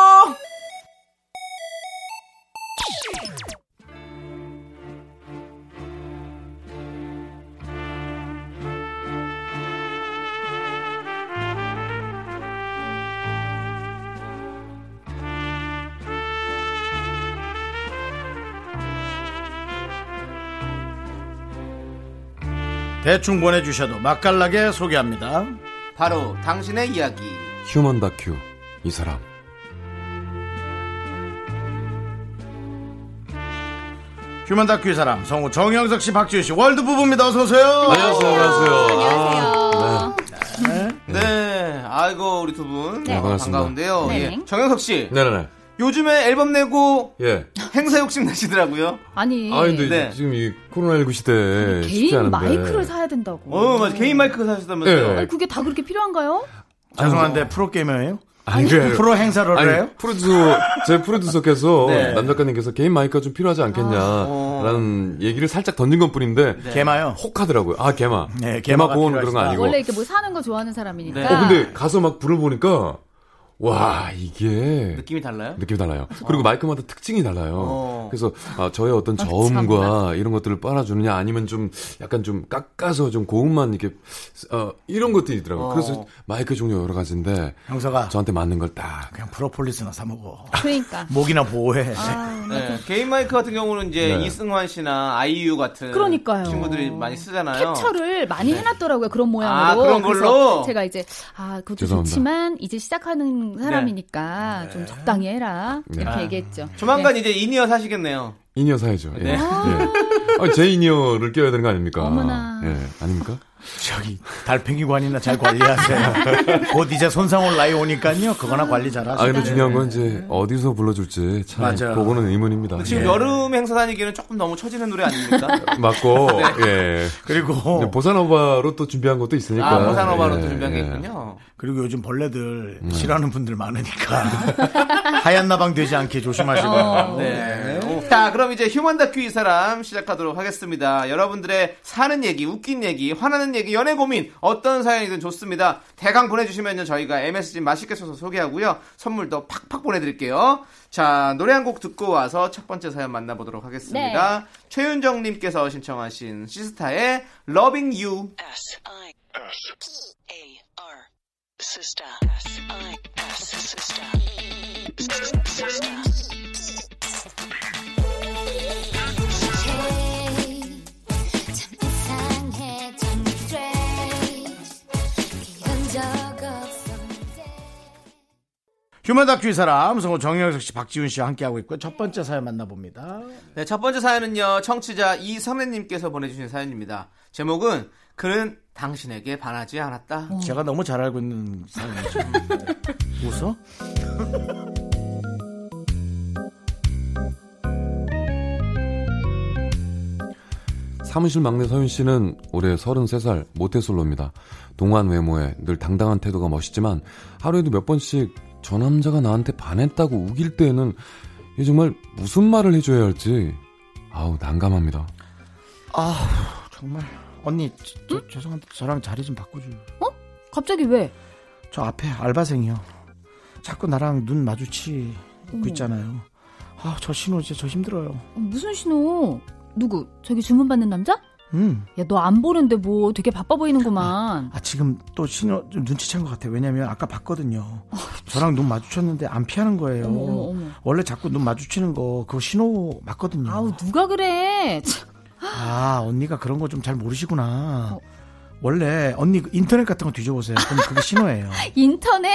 Speaker 1: 대충 보내주셔도 맛깔나게 소개합니다
Speaker 2: 바로 당신의 이야기.
Speaker 6: 휴먼 다큐 이 사람
Speaker 1: 휴먼 다큐의 사람 성우 정영석 씨 박지훈 씨 월드 부부입니다 어서 오세요
Speaker 6: 안녕하세요 안녕하세요 아,
Speaker 2: 네, 아이고, 우리 두 분.
Speaker 6: 네, 반갑습니다.
Speaker 2: 반가운데요.
Speaker 7: 네.
Speaker 2: 예, 정영석 씨.
Speaker 6: 네. 네네네
Speaker 2: 요즘에 앨범 내고
Speaker 7: 네.
Speaker 6: 예
Speaker 2: 행사 욕심 내시더라고요.
Speaker 7: 아니
Speaker 6: 아 근데
Speaker 2: 네.
Speaker 6: 지금 이 코로나19 시대에 네, 쉽지
Speaker 7: 개인
Speaker 6: 않은데
Speaker 7: 마이크를 사야 된다고.
Speaker 2: 어, 맞아. 개인 마이크 사셨다면서요.
Speaker 6: 예.
Speaker 7: 아니, 그게 다 그렇게 필요한가요?
Speaker 1: 죄송한데 프로게이머예요?
Speaker 6: 아니 그래요
Speaker 1: 프로 행사를 해요?
Speaker 6: 네. 아니 프로듀서 제
Speaker 7: <laughs>
Speaker 6: 프로듀서께서
Speaker 1: 네.
Speaker 6: 남 작가님께서 개인 마이크가 좀 필요하지
Speaker 7: 아, 어.
Speaker 6: 않겠냐라는 얘기를 살짝 던진 것뿐인데
Speaker 7: 네.
Speaker 1: 개마요
Speaker 6: 혹하더라고요 아 개마
Speaker 1: 네,
Speaker 6: 개마
Speaker 1: 개마가
Speaker 6: 고원 그런 거
Speaker 1: 필요하시다.
Speaker 6: 아니고
Speaker 7: 원래 이렇게 뭐 사는 거 좋아하는 사람이니까.
Speaker 2: 네.
Speaker 6: 어 근데 가서 막 불을 보니까 와 이게
Speaker 2: 느낌이 달라요?
Speaker 6: 느낌이 달라요. 그리고 마이크마다 특징이 달라요.
Speaker 2: 아, 어.
Speaker 6: 그래서 아, 저의 어떤 저음과 이런 것들을 빨아주느냐 아니면 좀 약간 좀 깎아서 좀 고음만 이렇게 어, 이런 것들이 있더라고요.
Speaker 2: 어.
Speaker 6: 그래서 마이크 종류 여러 가지인데
Speaker 1: 형사가
Speaker 6: 저한테 맞는 걸 딱
Speaker 1: 그냥 프로폴리스나 사 먹어
Speaker 2: <laughs>
Speaker 7: 그러니까.
Speaker 1: 목이나 보호해
Speaker 2: 네. 개인 마이크 같은 경우는 이제
Speaker 6: 네.
Speaker 2: 이승환 씨나 아이유 같은
Speaker 7: 그러니까요.
Speaker 2: 친구들이 많이 쓰잖아요. 네.
Speaker 7: 캡처를 많이 해놨더라고요 그런 모양으로
Speaker 2: 아, 그런
Speaker 7: 그래서
Speaker 2: 걸로?
Speaker 7: 제가 이제 아 그것도
Speaker 6: 죄송합니다.
Speaker 7: 좋지만 이제 시작하는 사람이니까
Speaker 2: 네.
Speaker 7: 좀 적당히 해라
Speaker 6: 네.
Speaker 7: 이렇게
Speaker 2: 아.
Speaker 7: 얘기했죠
Speaker 2: 조만간 이제 인이어 사시겠네요.
Speaker 6: 인이어 사야죠. 예. 예. 아, 제 인이어를 껴야 되는 거 아닙니까?
Speaker 7: 어머나.
Speaker 6: 예, 아닙니까?
Speaker 1: 저기 달팽이관이나 잘 관리하세요
Speaker 6: <laughs>
Speaker 1: 곧 이제 손상 올 나이 오니까요 그거나 관리
Speaker 6: 아
Speaker 1: 잘하세요
Speaker 6: 근데 중요한 건
Speaker 2: 네.
Speaker 6: 이제 어디서 불러줄지 참
Speaker 1: 맞아요.
Speaker 6: 그거는 의문입니다.
Speaker 2: 지금
Speaker 6: 예.
Speaker 2: 여름 행사 다니기는 조금 너무 처지는 노래 아닙니까?
Speaker 6: 맞고
Speaker 2: <laughs> 네.
Speaker 6: 예.
Speaker 1: 그리고
Speaker 6: 이제 보사노바로 또 준비한 것도 있으니까.
Speaker 2: 어. 아, 보사노바로 또
Speaker 6: 예,
Speaker 2: 준비한 게
Speaker 6: 예.
Speaker 2: 있군요.
Speaker 1: 그리고 요즘 벌레들
Speaker 6: 네.
Speaker 1: 싫어하는 분들 많으니까 <laughs> 하얀 나방 되지 않게 조심하시고요.
Speaker 7: 어.
Speaker 2: <laughs> 네. 오. 자, 그럼 이제 휴먼 다큐 이 사람 시작하도록 하겠습니다. 여러분들의 사는 얘기, 웃긴 얘기, 화나는 얘기, 연애 고민, 어떤 사연이든 좋습니다. 대강 보내주시면요, 저희가 MSG 맛있게 써서 소개하고요. 선물도 팍팍 보내드릴게요. 자, 노래 한 곡 듣고 와서 첫 번째 사연 만나보도록 하겠습니다. 최윤정님께서 신청하신 시스타의 Loving You.
Speaker 8: S I S P A R Sister S I S Sister Sister
Speaker 3: Hey, 참 이상해, 좀 strange.
Speaker 1: 휴먼 다큐 이 사람 성우 정영석 씨, 박지훈 씨와 함께하고 있고요. 첫 번째 사연 만나봅니다.
Speaker 2: 네, 첫 번째 사연은요. 청취자 이성애님께서 보내주신 사연입니다. 제목은 그는 당신에게 반하지 않았다.
Speaker 1: 제가 너무 잘 알고 있는 사연이죠. 웃어?
Speaker 6: 사무실 막내 서윤 씨는 올해 33살 모태솔로입니다. 동안 외모에 늘 당당한 태도가 멋있지만 하루에도 몇 번씩 저 남자가 나한테 반했다고 우길 때에는 이 정말 무슨 말을 해줘야 할지 아우 난감합니다.
Speaker 1: 아 정말 언니 저- 저- 죄송한데 저랑 자리 좀 바꿔줘요.
Speaker 7: 갑자기 왜?
Speaker 1: 저 앞에 알바생이요. 자꾸 나랑 눈 마주치고
Speaker 7: 어머.
Speaker 1: 있잖아요. 아 저 신호 진짜 저 힘들어요.
Speaker 7: 어, 무슨 신호? 누구? 저기 주문 받는 남자?
Speaker 1: 음.
Speaker 7: 야, 너 안 보는데 뭐 되게 바빠 보이는구만.
Speaker 2: <laughs>
Speaker 1: 아 지금 또 신호 좀 눈치챈 것 같아. 요 왜냐면 아까 봤거든요. 저랑 눈 마주쳤는데 안 피하는 거예요.
Speaker 7: 어머, 어머, 어머.
Speaker 1: 원래 자꾸 눈 마주치는 거 그거 신호 맞거든요.
Speaker 7: 아우, 누가 그래? <laughs> 참,
Speaker 1: 아 언니가 그런 거 좀 잘 모르시구나. 원래 언니 그 인터넷 같은 거 뒤져보세요. 그럼 그게 신호예요.
Speaker 7: 인터넷?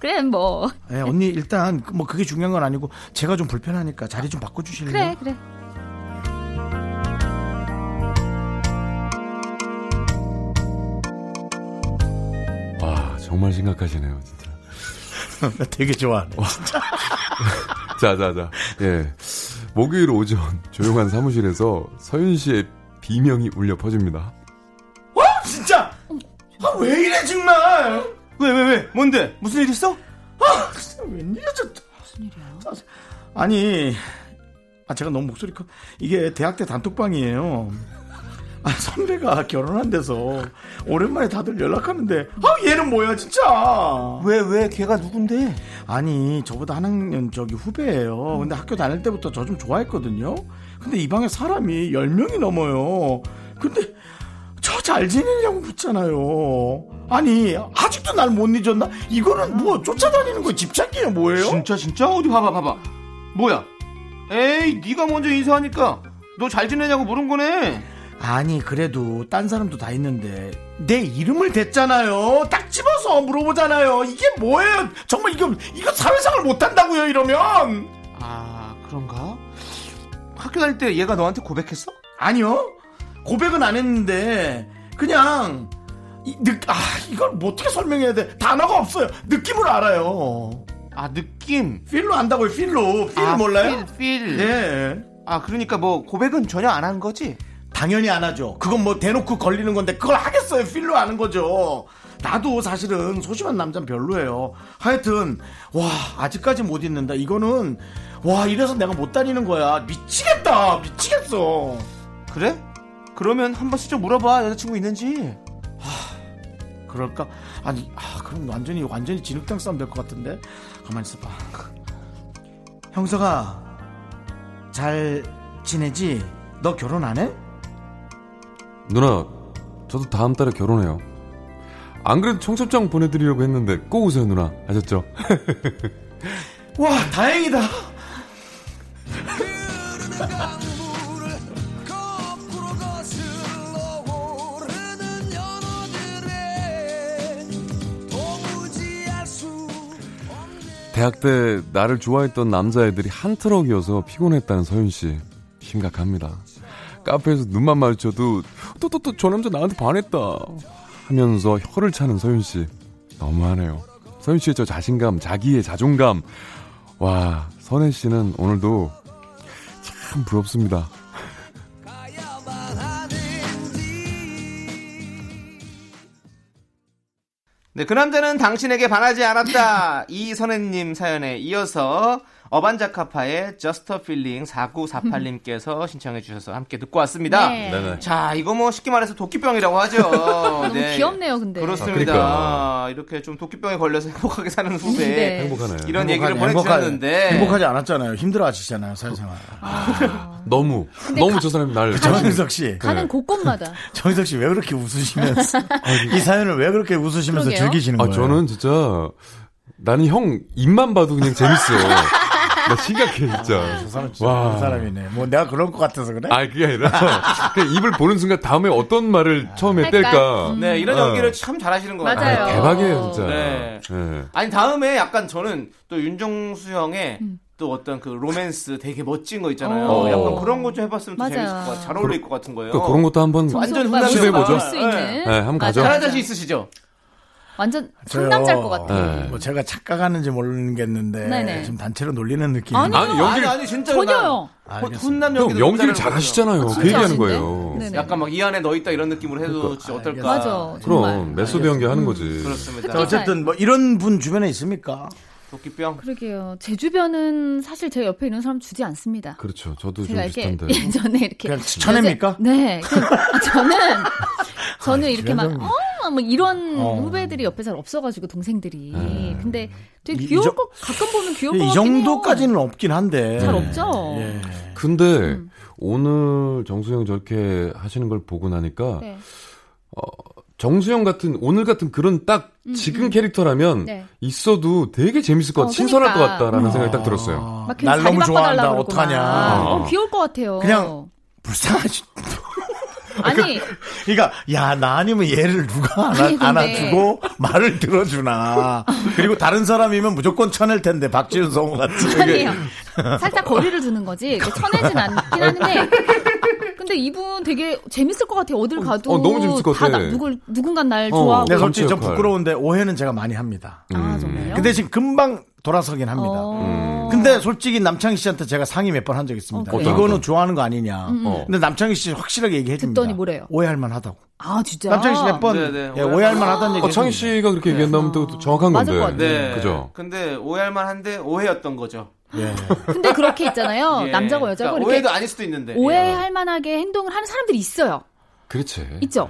Speaker 7: 그래, 뭐.
Speaker 2: 네.
Speaker 1: 예, 언니 일단 그뭐 그게 중요한 건 아니고 제가 좀 불편하니까 자리 좀 바꿔주실래요? <laughs>
Speaker 7: 그래, 그래.
Speaker 6: 와 정말 심각하시네요 진짜.
Speaker 1: 되게 좋아하네.
Speaker 6: 자자자. 예. 목요일 오전 조용한 사무실에서 서윤 씨의 비명이 울려 퍼집니다.
Speaker 1: 와 어? 진짜 아 왜 이래 정말
Speaker 2: 왜, 왜, 왜? 뭔데? 무슨 일 있어?
Speaker 1: 아 진짜 웬일이야 저
Speaker 7: 무슨 일이야?
Speaker 1: 아니 아 제가 너무 목소리 커 이게 대학 때 단톡방이에요 아 선배가 결혼한 데서 오랜만에 다들 연락하는데 아 얘는 뭐야 진짜
Speaker 2: 왜, 왜? 걔가 누군데?
Speaker 1: 아니 저보다 한 학년 저기 후배예요 근데 학교 다닐 때부터 저 좀 좋아했거든요 근데 이 방에 사람이 10명이 넘어요 근데 저 잘 지내냐고 묻잖아요 아니 아직도 날 못 잊었나 이거는 뭐 쫓아다니는 거 집착이에요 뭐예요
Speaker 2: 진짜, 진짜? 어디 봐봐, 봐봐. 뭐야? 에이, 네가 먼저 인사하니까 너 잘 지내냐고 물은 거네.
Speaker 1: 아니 그래도 딴 사람도 다 있는데 내 이름을 댔잖아요 딱 집어서 물어보잖아요 이게 뭐예요 정말 이거 이거 사회생활 못한다고요 이러면
Speaker 2: 아, 그런가? 학교 다닐 때 얘가 너한테 고백했어?
Speaker 1: 아니요 고백은 안 했는데 그냥 이, 느, 아 이걸 뭐 어떻게 설명해야 돼 단어가 없어요 느낌으로 알아요
Speaker 2: 아, 느낌.
Speaker 1: 필로 안다고요 필로 필
Speaker 2: 아,
Speaker 1: 몰라요
Speaker 2: 필, 필.
Speaker 1: 예
Speaker 2: 아, 그러니까 뭐 고백은 전혀 안 한 거지?
Speaker 1: 당연히 안 하죠. 그건 뭐 대놓고 걸리는 건데 그걸 하겠어요. 필로 아는 거죠. 나도 사실은 소심한 남자는 별로예요. 하여튼 와 아직까지 못 잊는다. 이거는 와 이래서 내가 못 다니는 거야. 미치겠다. 미치겠어.
Speaker 2: 그래? 그러면 한 번씩 좀 물어봐 여자친구 있는지
Speaker 1: 그럴까? 아니 아, 그럼 완전히 완전히 진흙탕 싸움 될 것 같은데. 가만 있어봐. 형서가 잘 지내지? 너 결혼 안 해?
Speaker 6: 누나, 저도 다음 달에 결혼해요. 안 그래도 청첩장 보내드리려고 했는데 꼭 오세요 누나. 아셨죠?
Speaker 1: 와 다행이다.
Speaker 6: 대학 때 나를 좋아했던 남자애들이 한 트럭이어서 피곤했다는 서윤 씨 심각합니다. 카페에서 눈만 마주쳐도 또 또 또 저 남자 나한테 반했다 하면서 혀를 차는 서윤 씨 너무하네요. 서윤 씨의 저 자신감, 자기의 자존감 와 선혜 씨는 오늘도 참 부럽습니다.
Speaker 2: 네, 그 남자는 당신에게 반하지 않았다 이선혜님 사연에 이어서 어반자카파의 Just a Feeling 4948님께서 신청해 주셔서 함께 듣고 왔습니다
Speaker 7: 네. 네네.
Speaker 2: 자 이거 뭐 쉽게 말해서 도끼병이라고 하죠 너무
Speaker 7: 아, 귀엽네요, 근데.
Speaker 1: 그렇죠.
Speaker 2: 그렇습니다
Speaker 6: 아,
Speaker 2: 이렇게 좀 도끼병에 걸려서 행복하게 사는 후배
Speaker 7: 네.
Speaker 6: 행복하네요.
Speaker 2: 이런 얘기를
Speaker 1: 행복하네,
Speaker 2: 보내주셨는데
Speaker 1: 행복하지 않았잖아요. 힘들어하시잖아요 사회생활.
Speaker 6: 너무 너무 저 사람이 날
Speaker 1: 정윤석 씨. <laughs>
Speaker 6: 네.
Speaker 7: 가는 곳곳마다.
Speaker 1: 정희석 씨 왜 그렇게 웃으시면서 이 사연을 왜 그렇게 웃으시면서
Speaker 7: 그러게요.
Speaker 1: 즐기시는
Speaker 6: 아
Speaker 1: 거예요?
Speaker 6: 저는 진짜 나는 형 입만 봐도 그냥 재밌어. 나 심각해 진짜.
Speaker 1: 저 사람 진짜 좋은 사람이네. 뭐 내가 그런 것 같아서 그래?
Speaker 6: 아 그게 아니라 <laughs> 그냥 입을 보는 순간 다음에 어떤 말을 처음에
Speaker 7: 할까?
Speaker 6: 뗄까.
Speaker 2: 네, 이런
Speaker 6: 어.
Speaker 2: 연기를 참 잘하시는 것 같아요.
Speaker 7: 맞아요.
Speaker 6: 대박이에요 진짜.
Speaker 2: 네.
Speaker 6: 예.
Speaker 2: 아니 다음에 약간 저는 또 윤종수 형의 또 어떤 그 로맨스 되게 멋진 거 있잖아요.
Speaker 7: 음. 어.
Speaker 2: 약간 그런 거 좀 해봤으면 또
Speaker 7: 맞아요.
Speaker 2: 재밌을 것 같아. 잘 어울릴 것 같은 거예요.
Speaker 6: 그, 그런 것도 한번
Speaker 2: 완전
Speaker 7: 오빠
Speaker 2: 훈남이다.
Speaker 6: 시도해보죠.
Speaker 7: 볼수 있는.
Speaker 6: 네, 한번 가죠.
Speaker 7: 맞아,
Speaker 2: 잘하자
Speaker 7: 맞아.
Speaker 2: 씨 있으시죠?
Speaker 7: 완전
Speaker 1: 저요.
Speaker 7: 상남자일 것 같아요.
Speaker 6: 네.
Speaker 1: 뭐 제가 착각하는지 모르겠는데
Speaker 7: 네네.
Speaker 1: 지금 단체로 놀리는 느낌.
Speaker 7: 아니,
Speaker 6: 아니
Speaker 2: 아니
Speaker 6: 연기를 아,
Speaker 2: 아니 진짜
Speaker 7: 전혀요.
Speaker 2: 훈남
Speaker 6: 형
Speaker 2: 연기도 너무
Speaker 6: 연기를
Speaker 2: 잘하는
Speaker 6: 잘
Speaker 2: 거죠.
Speaker 6: 하시잖아요. 그
Speaker 7: 진짜
Speaker 6: 얘기하는
Speaker 7: 아신데?
Speaker 6: 거예요.
Speaker 7: 네네.
Speaker 2: 약간 막 이 안에 너 있다 이런 느낌으로 해도 진짜 어떨까?
Speaker 7: 맞아.
Speaker 6: 그러니까. 그럼
Speaker 7: 정말. 음.
Speaker 6: 메소드 연기 하는 거지.
Speaker 2: 그렇습니다.
Speaker 1: 자, 어쨌든 뭐 이런 분 주변에 있습니까?
Speaker 2: 도끼병.
Speaker 7: 그렇죠. 그러게요. 제 주변은 사실 제 옆에 있는 사람 주지 않습니다.
Speaker 6: 그렇죠. 저도 좀
Speaker 7: 제가 이렇게 <laughs> 네.
Speaker 6: 비슷한데.
Speaker 7: 예전에 이렇게
Speaker 1: 그냥 추천입니까?
Speaker 7: 네. 그냥- 아,
Speaker 6: <laughs>
Speaker 7: 저는
Speaker 6: 아,
Speaker 7: 저는 이렇게 막
Speaker 1: 주변은-
Speaker 7: 어, 뭐 이런
Speaker 1: 어.
Speaker 7: 후배들이 옆에 잘 없어가지고 동생들이.
Speaker 6: 네.
Speaker 7: 근데 되게
Speaker 1: 이- 이
Speaker 7: 귀여울
Speaker 1: 정-
Speaker 7: 것 가끔 보면 귀여울 것
Speaker 1: 이
Speaker 7: 같긴 해요.
Speaker 1: 정도까지는 없긴 한데.
Speaker 7: 잘
Speaker 6: 네.
Speaker 7: 없죠.
Speaker 1: 예.
Speaker 6: 근데
Speaker 7: 음.
Speaker 6: 오늘 정수영 저렇게 하시는 걸 보고 나니까 어,
Speaker 7: 네.
Speaker 6: 정수영 같은 오늘 같은 그런 딱 지금 캐릭터라면
Speaker 7: 음, 네.
Speaker 6: 있어도 되게 재밌을 것 같아.
Speaker 7: 어,
Speaker 6: 신선할 것
Speaker 7: 그러니까.
Speaker 6: 같다라는
Speaker 2: 음.
Speaker 6: 생각이 딱 들었어요.
Speaker 1: 아,
Speaker 7: 막 괜히
Speaker 1: 날
Speaker 7: 자리
Speaker 1: 너무
Speaker 7: 바꿔달라
Speaker 1: 좋아한다.
Speaker 7: 그러고
Speaker 1: 어떡하냐.
Speaker 7: 막.
Speaker 6: 어.
Speaker 7: 어, 귀여울 것 같아요.
Speaker 1: 그냥 불쌍하지.
Speaker 7: 아니
Speaker 1: 그러니까 야 나 아니면 얘를
Speaker 7: <laughs>
Speaker 1: 누가 안아,
Speaker 7: 아니, 근데-
Speaker 1: 안아주고 말을 들어주나 그리고 다른 사람이면 무조건 쳐낼 텐데 박지윤 성우 같은
Speaker 7: 아니에요. 살짝 거리를 두는 거지. 이렇게 쳐내진 않긴 하는데. 근데 이분 되게 재밌을 것 같아요. 어딜 가도
Speaker 6: 어, 너무 재밌을 것
Speaker 7: 다
Speaker 6: 같아.
Speaker 7: 나- 누굴 누군가 날
Speaker 6: 어.
Speaker 7: 좋아하고.
Speaker 1: 근데 솔직히 저
Speaker 6: 역할.
Speaker 1: 부끄러운데 오해는 제가 많이 합니다
Speaker 7: 아 정말요?
Speaker 1: 근데 지금 금방 돌아서긴 합니다 음.
Speaker 7: 어.
Speaker 1: 근데 솔직히 남창희 씨한테 제가 상의 몇 번 한 적 있습니다
Speaker 7: 어, 그래요? 음,
Speaker 1: 이거는 좋아하는 거 아니냐
Speaker 6: 어.
Speaker 1: 근데 남창희 씨 확실하게 얘기해 줍니다
Speaker 7: 듣더니 뭐래요?
Speaker 1: 오해할 만하다고
Speaker 7: 아 진짜.
Speaker 1: 남창희 뭐 씨 몇 번 예,
Speaker 2: 네, 네.
Speaker 1: 오해할 만하다는 얘기
Speaker 6: 어, 창희
Speaker 1: 해줍니다.
Speaker 6: 씨가 그렇게 얘기한다면 또 정확한
Speaker 7: 음. 맞을 것
Speaker 6: 건데.
Speaker 7: 같아요.
Speaker 2: 네.
Speaker 6: 그죠?
Speaker 2: 근데 오해할만한데 오해였던 거죠.
Speaker 1: 예.
Speaker 7: 근데 그렇게 있잖아요.
Speaker 2: <laughs> 예.
Speaker 7: 어, 남자고 여자고
Speaker 2: 그러니까
Speaker 7: 이렇게
Speaker 2: 오해도 아닐 수도 있는데.
Speaker 7: 오해할 만하게 행동을 하는 사람들이 있어요.
Speaker 6: 그렇지.
Speaker 7: 있죠.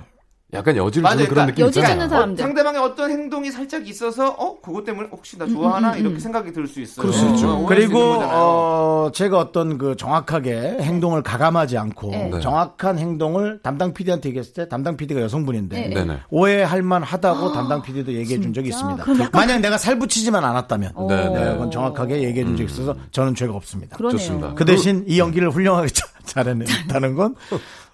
Speaker 6: 약간 여지를
Speaker 2: 맞아요.
Speaker 6: 주는 그런
Speaker 2: 그러니까
Speaker 6: 느낌
Speaker 7: 여지
Speaker 6: 있잖아.
Speaker 7: 주는
Speaker 2: 어,
Speaker 7: 사람. 사람들.
Speaker 2: 상대방의 어떤 행동이 살짝 있어서 어 그것 때문에 혹시
Speaker 6: 음,
Speaker 2: 나 좋아하나 이렇게 생각이 들 수 있어요.
Speaker 1: 그럴 수 있죠.
Speaker 2: 어, 오해할 수
Speaker 1: 그리고
Speaker 2: 있는 거잖아요.
Speaker 1: 어, 제가 어떤 그 정확하게 행동을 가감하지 않고
Speaker 7: 네.
Speaker 1: 정확한 행동을 담당 PD한테 얘기했을 때 담당 PD가 여성분인데
Speaker 7: 네,
Speaker 6: 어,
Speaker 7: 아,
Speaker 6: 네네.
Speaker 1: 오해할 만하다고 담당 PD도 얘기해 준 적이 있습니다.
Speaker 7: 그럼 약간-
Speaker 1: 만약 내가 살붙이지만 않았다면
Speaker 7: 어.
Speaker 6: 네,
Speaker 1: 네, 그건 정확하게 얘기해
Speaker 6: 음.
Speaker 1: 준 적이 있어서 저는 죄가 없습니다.
Speaker 7: 그러네요.
Speaker 6: 좋습니다.
Speaker 1: 그 대신 이 연기를 훌륭하게 자- 잘해냈다는 건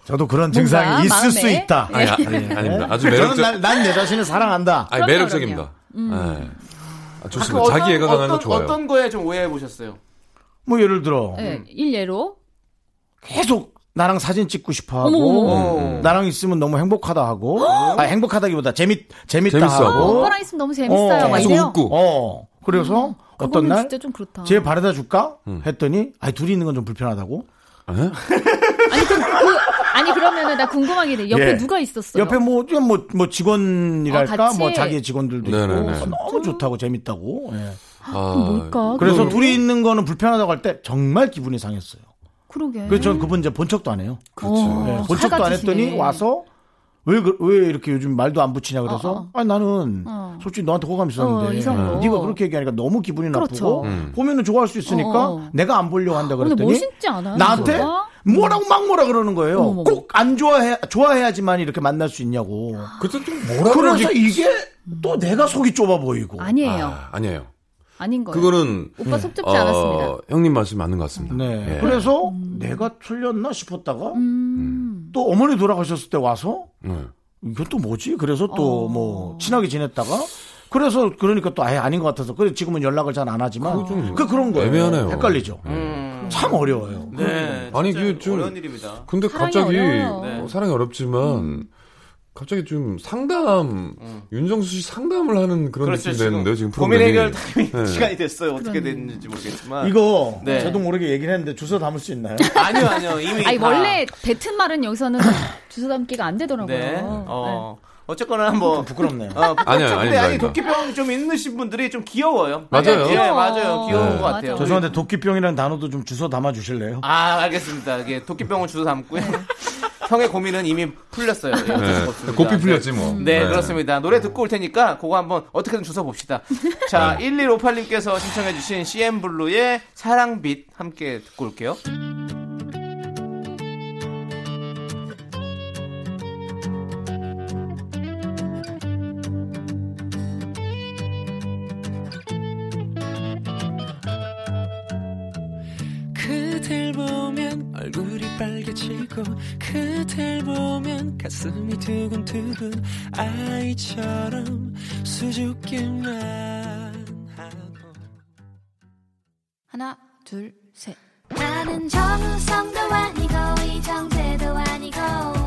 Speaker 1: 저도 그런 증상이 있을
Speaker 7: 마음에.
Speaker 1: 수 있다.
Speaker 6: 아니, 아니, 아닙니다. 아주 매력적.
Speaker 1: 저는 난 내 자신을 사랑한다.
Speaker 6: 아니,
Speaker 7: 그럼요, 음.
Speaker 6: 매력적입니다. 예. 아,
Speaker 2: 그
Speaker 6: 좋습니다. 자기 애가 강한 거
Speaker 2: 어떤,
Speaker 6: 좋아요.
Speaker 2: 어떤 거에 좀 오해해 보셨어요?
Speaker 1: 뭐 예를 들어
Speaker 7: 네, 일례로
Speaker 1: 계속 나랑 사진 찍고 싶어 하고
Speaker 7: 어머,
Speaker 2: 어머.
Speaker 1: 나랑 있으면 너무 행복하다 하고
Speaker 7: <gasps>
Speaker 1: 아 행복하다기보다 재밌 재밌다
Speaker 6: 재밌어
Speaker 7: 어,
Speaker 6: 하고.
Speaker 1: 하고
Speaker 7: 오빠랑 있으면 너무 재밌어요.
Speaker 1: 어,
Speaker 7: 막
Speaker 6: 계속
Speaker 7: 이래요.
Speaker 6: 웃고.
Speaker 1: 어 그래서 어떤
Speaker 7: 그거는
Speaker 1: 날
Speaker 7: 진짜 좀 그렇다.
Speaker 1: 쟤 바래다 줄까
Speaker 6: 음.
Speaker 1: 했더니 아 둘이 있는 건 좀 불편하다고
Speaker 6: 예?
Speaker 7: 아니 그럼 그, 아니 그러면은 나 궁금하게 돼. 옆에
Speaker 1: 예.
Speaker 7: 누가 있었어요?
Speaker 1: 옆에 뭐 뭐 뭐
Speaker 7: 어,
Speaker 1: 직원이랄까
Speaker 7: 같이?
Speaker 1: 뭐 자기의 직원들도
Speaker 6: 네네네.
Speaker 1: 있고 너무 좋다고 재밌다고 예.
Speaker 6: 아,
Speaker 7: 뭘까?
Speaker 1: 음,
Speaker 7: 뭐,
Speaker 1: 그래서
Speaker 7: 그거?
Speaker 1: 둘이 있는 거는 불편하다고 할 때 정말 기분이 상했어요.
Speaker 7: 그러게.
Speaker 1: 그래서 저는 그분 이제 본 척도 안 해요.
Speaker 6: 그렇지.
Speaker 7: 어.
Speaker 1: 그렇죠. 예, 본 척도 안
Speaker 7: 살갑으시네.
Speaker 1: 했더니 와서 왜, 그- 왜 이렇게 요즘 말도 안 붙이냐 그래서
Speaker 7: 어,
Speaker 1: 아니 나는
Speaker 7: 어.
Speaker 1: 솔직히 너한테 호감
Speaker 7: 어,
Speaker 1: 있었는데
Speaker 7: 이성으로.
Speaker 1: 네가 그렇게 얘기하니까 너무 기분이
Speaker 7: 그렇죠.
Speaker 1: 나쁘고 보면은 좋아할 수 있으니까
Speaker 7: 어, 어.
Speaker 1: 내가 안 보려고 한다
Speaker 7: 근데
Speaker 1: 그랬더니
Speaker 7: 멋있지 않아요?
Speaker 1: 나한테
Speaker 7: 진짜?
Speaker 1: 뭐라고 막 뭐라 그러는 거예요.
Speaker 7: 어머머.
Speaker 1: 꼭 안 좋아해 좋아해야지만 이렇게 만날 수 있냐고.
Speaker 6: 그때 좀 뭐라
Speaker 1: 그래서 이게 또 내가 속이 좁아 음. 보이고.
Speaker 7: 아니에요.
Speaker 6: 아, 아니에요.
Speaker 7: 아닌 거예요.
Speaker 6: 그거는
Speaker 7: 오빠 속 좁지
Speaker 6: 어,
Speaker 7: 않았습니다.
Speaker 6: 형님 말씀 맞는 것 같습니다.
Speaker 1: 네.
Speaker 6: 예.
Speaker 1: 그래서 내가 틀렸나 싶었다가
Speaker 7: 음.
Speaker 1: 또 어머니 돌아가셨을 때 와서
Speaker 6: 네.
Speaker 1: 이건 또 뭐지? 그래서 또 뭐 친하게 지냈다가 그래서 그러니까 또 아예 아닌 것 같아서 그래 지금은 연락을 잘 안 하지만 그 그런 거예요.
Speaker 6: 애매하네요.
Speaker 1: 헷갈리죠. 참 어려워요.
Speaker 2: 음. 네.
Speaker 6: 음. 아니,
Speaker 2: 진짜
Speaker 6: 이게 좀-
Speaker 2: 어려운 일입니다.
Speaker 6: 근데
Speaker 7: 사랑이
Speaker 6: 갑자기
Speaker 7: 어려워요. 음.
Speaker 2: 네.
Speaker 6: 어, 사랑이 어렵지만 갑자기 좀 상담 윤정수 씨 상담을 하는 그런
Speaker 2: 그렇죠.
Speaker 6: 느낌이
Speaker 2: 지금
Speaker 6: 되는데 지금
Speaker 2: 고민
Speaker 6: 프로그램이
Speaker 2: 해결 타이밍
Speaker 6: 네.
Speaker 2: <laughs> 시간이 됐어요. 어떻게 됐는지 모르겠지만.
Speaker 1: 이거
Speaker 2: 네.
Speaker 1: 저도 모르게 얘기를 했는데 주소 담을 수 있나요?
Speaker 2: 아니요, 아니요. 이미
Speaker 7: 아니
Speaker 2: 다.
Speaker 7: 원래 뱉은
Speaker 1: <laughs>
Speaker 7: 말은 여기서는 주소 담기가 안 되더라고요.
Speaker 2: 네. 어. 어쨌거나 뭐 <laughs>
Speaker 1: 부끄럽네요.
Speaker 2: 어,
Speaker 6: 아니요,
Speaker 2: 근데
Speaker 6: 아닙니다,
Speaker 2: 아니
Speaker 6: 아닙니다.
Speaker 2: 도끼병 좀 있으신 분들이 좀 귀여워요.
Speaker 6: 맞아요.
Speaker 2: 네,
Speaker 7: 귀여워.
Speaker 2: 맞아요. 귀여운
Speaker 6: 네.
Speaker 2: 것 같아요.
Speaker 7: 맞아.
Speaker 1: 죄송한데 도끼병이라는 단어도 좀 주소 담아 주실래요?
Speaker 2: 아, 알겠습니다. 이게 도끼병은 주워 <laughs> 담고요. 형의 고민은 이미 풀렸어요. 예, 어쩔 수가
Speaker 6: 네.
Speaker 2: 없습니다.
Speaker 6: 고삐 풀렸지 뭐.
Speaker 2: 네, 그렇습니다. 노래 듣고 올 테니까 그거 한번 어떻게든 주워 봅시다. 자,
Speaker 6: 네.
Speaker 2: 1158님께서 신청해 주신 CM 블루의 사랑빛 함께 듣고 올게요.
Speaker 5: 그댈 보면 얼굴이 빨개지고 그댈 보면 가슴이 두근두근 아이처럼 수줍기만 하고
Speaker 7: 하나, 둘, 셋.
Speaker 3: 나는 정우성도 아니고 이정재도 아니고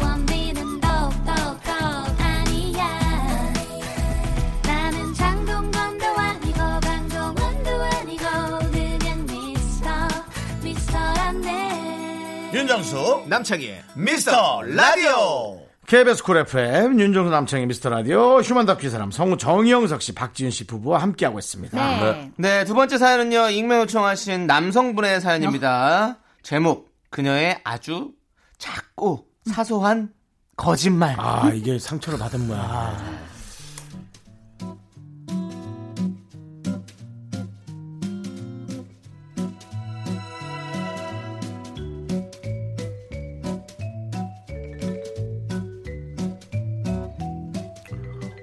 Speaker 3: 원빈은 더욱더 아니야 나는 장동건도 아니고 강동원도 아니고 그냥 미스터 미스터란데
Speaker 1: 윤정수
Speaker 2: 남창희의
Speaker 1: 미스터 라디오 KBS 쿨 FM 윤정수 남창희 미스터 라디오 휴먼 다큐 사람 성우 정영석 씨 박지윤 씨 부부와 함께하고 있습니다
Speaker 7: 네.
Speaker 2: 네, 두 번째 사연은요, 익명 요청하신 남성분의 사연입니다. 제목, 그녀의 아주 작고 사소한 거짓말.
Speaker 1: 아 이게 상처를 받은 모양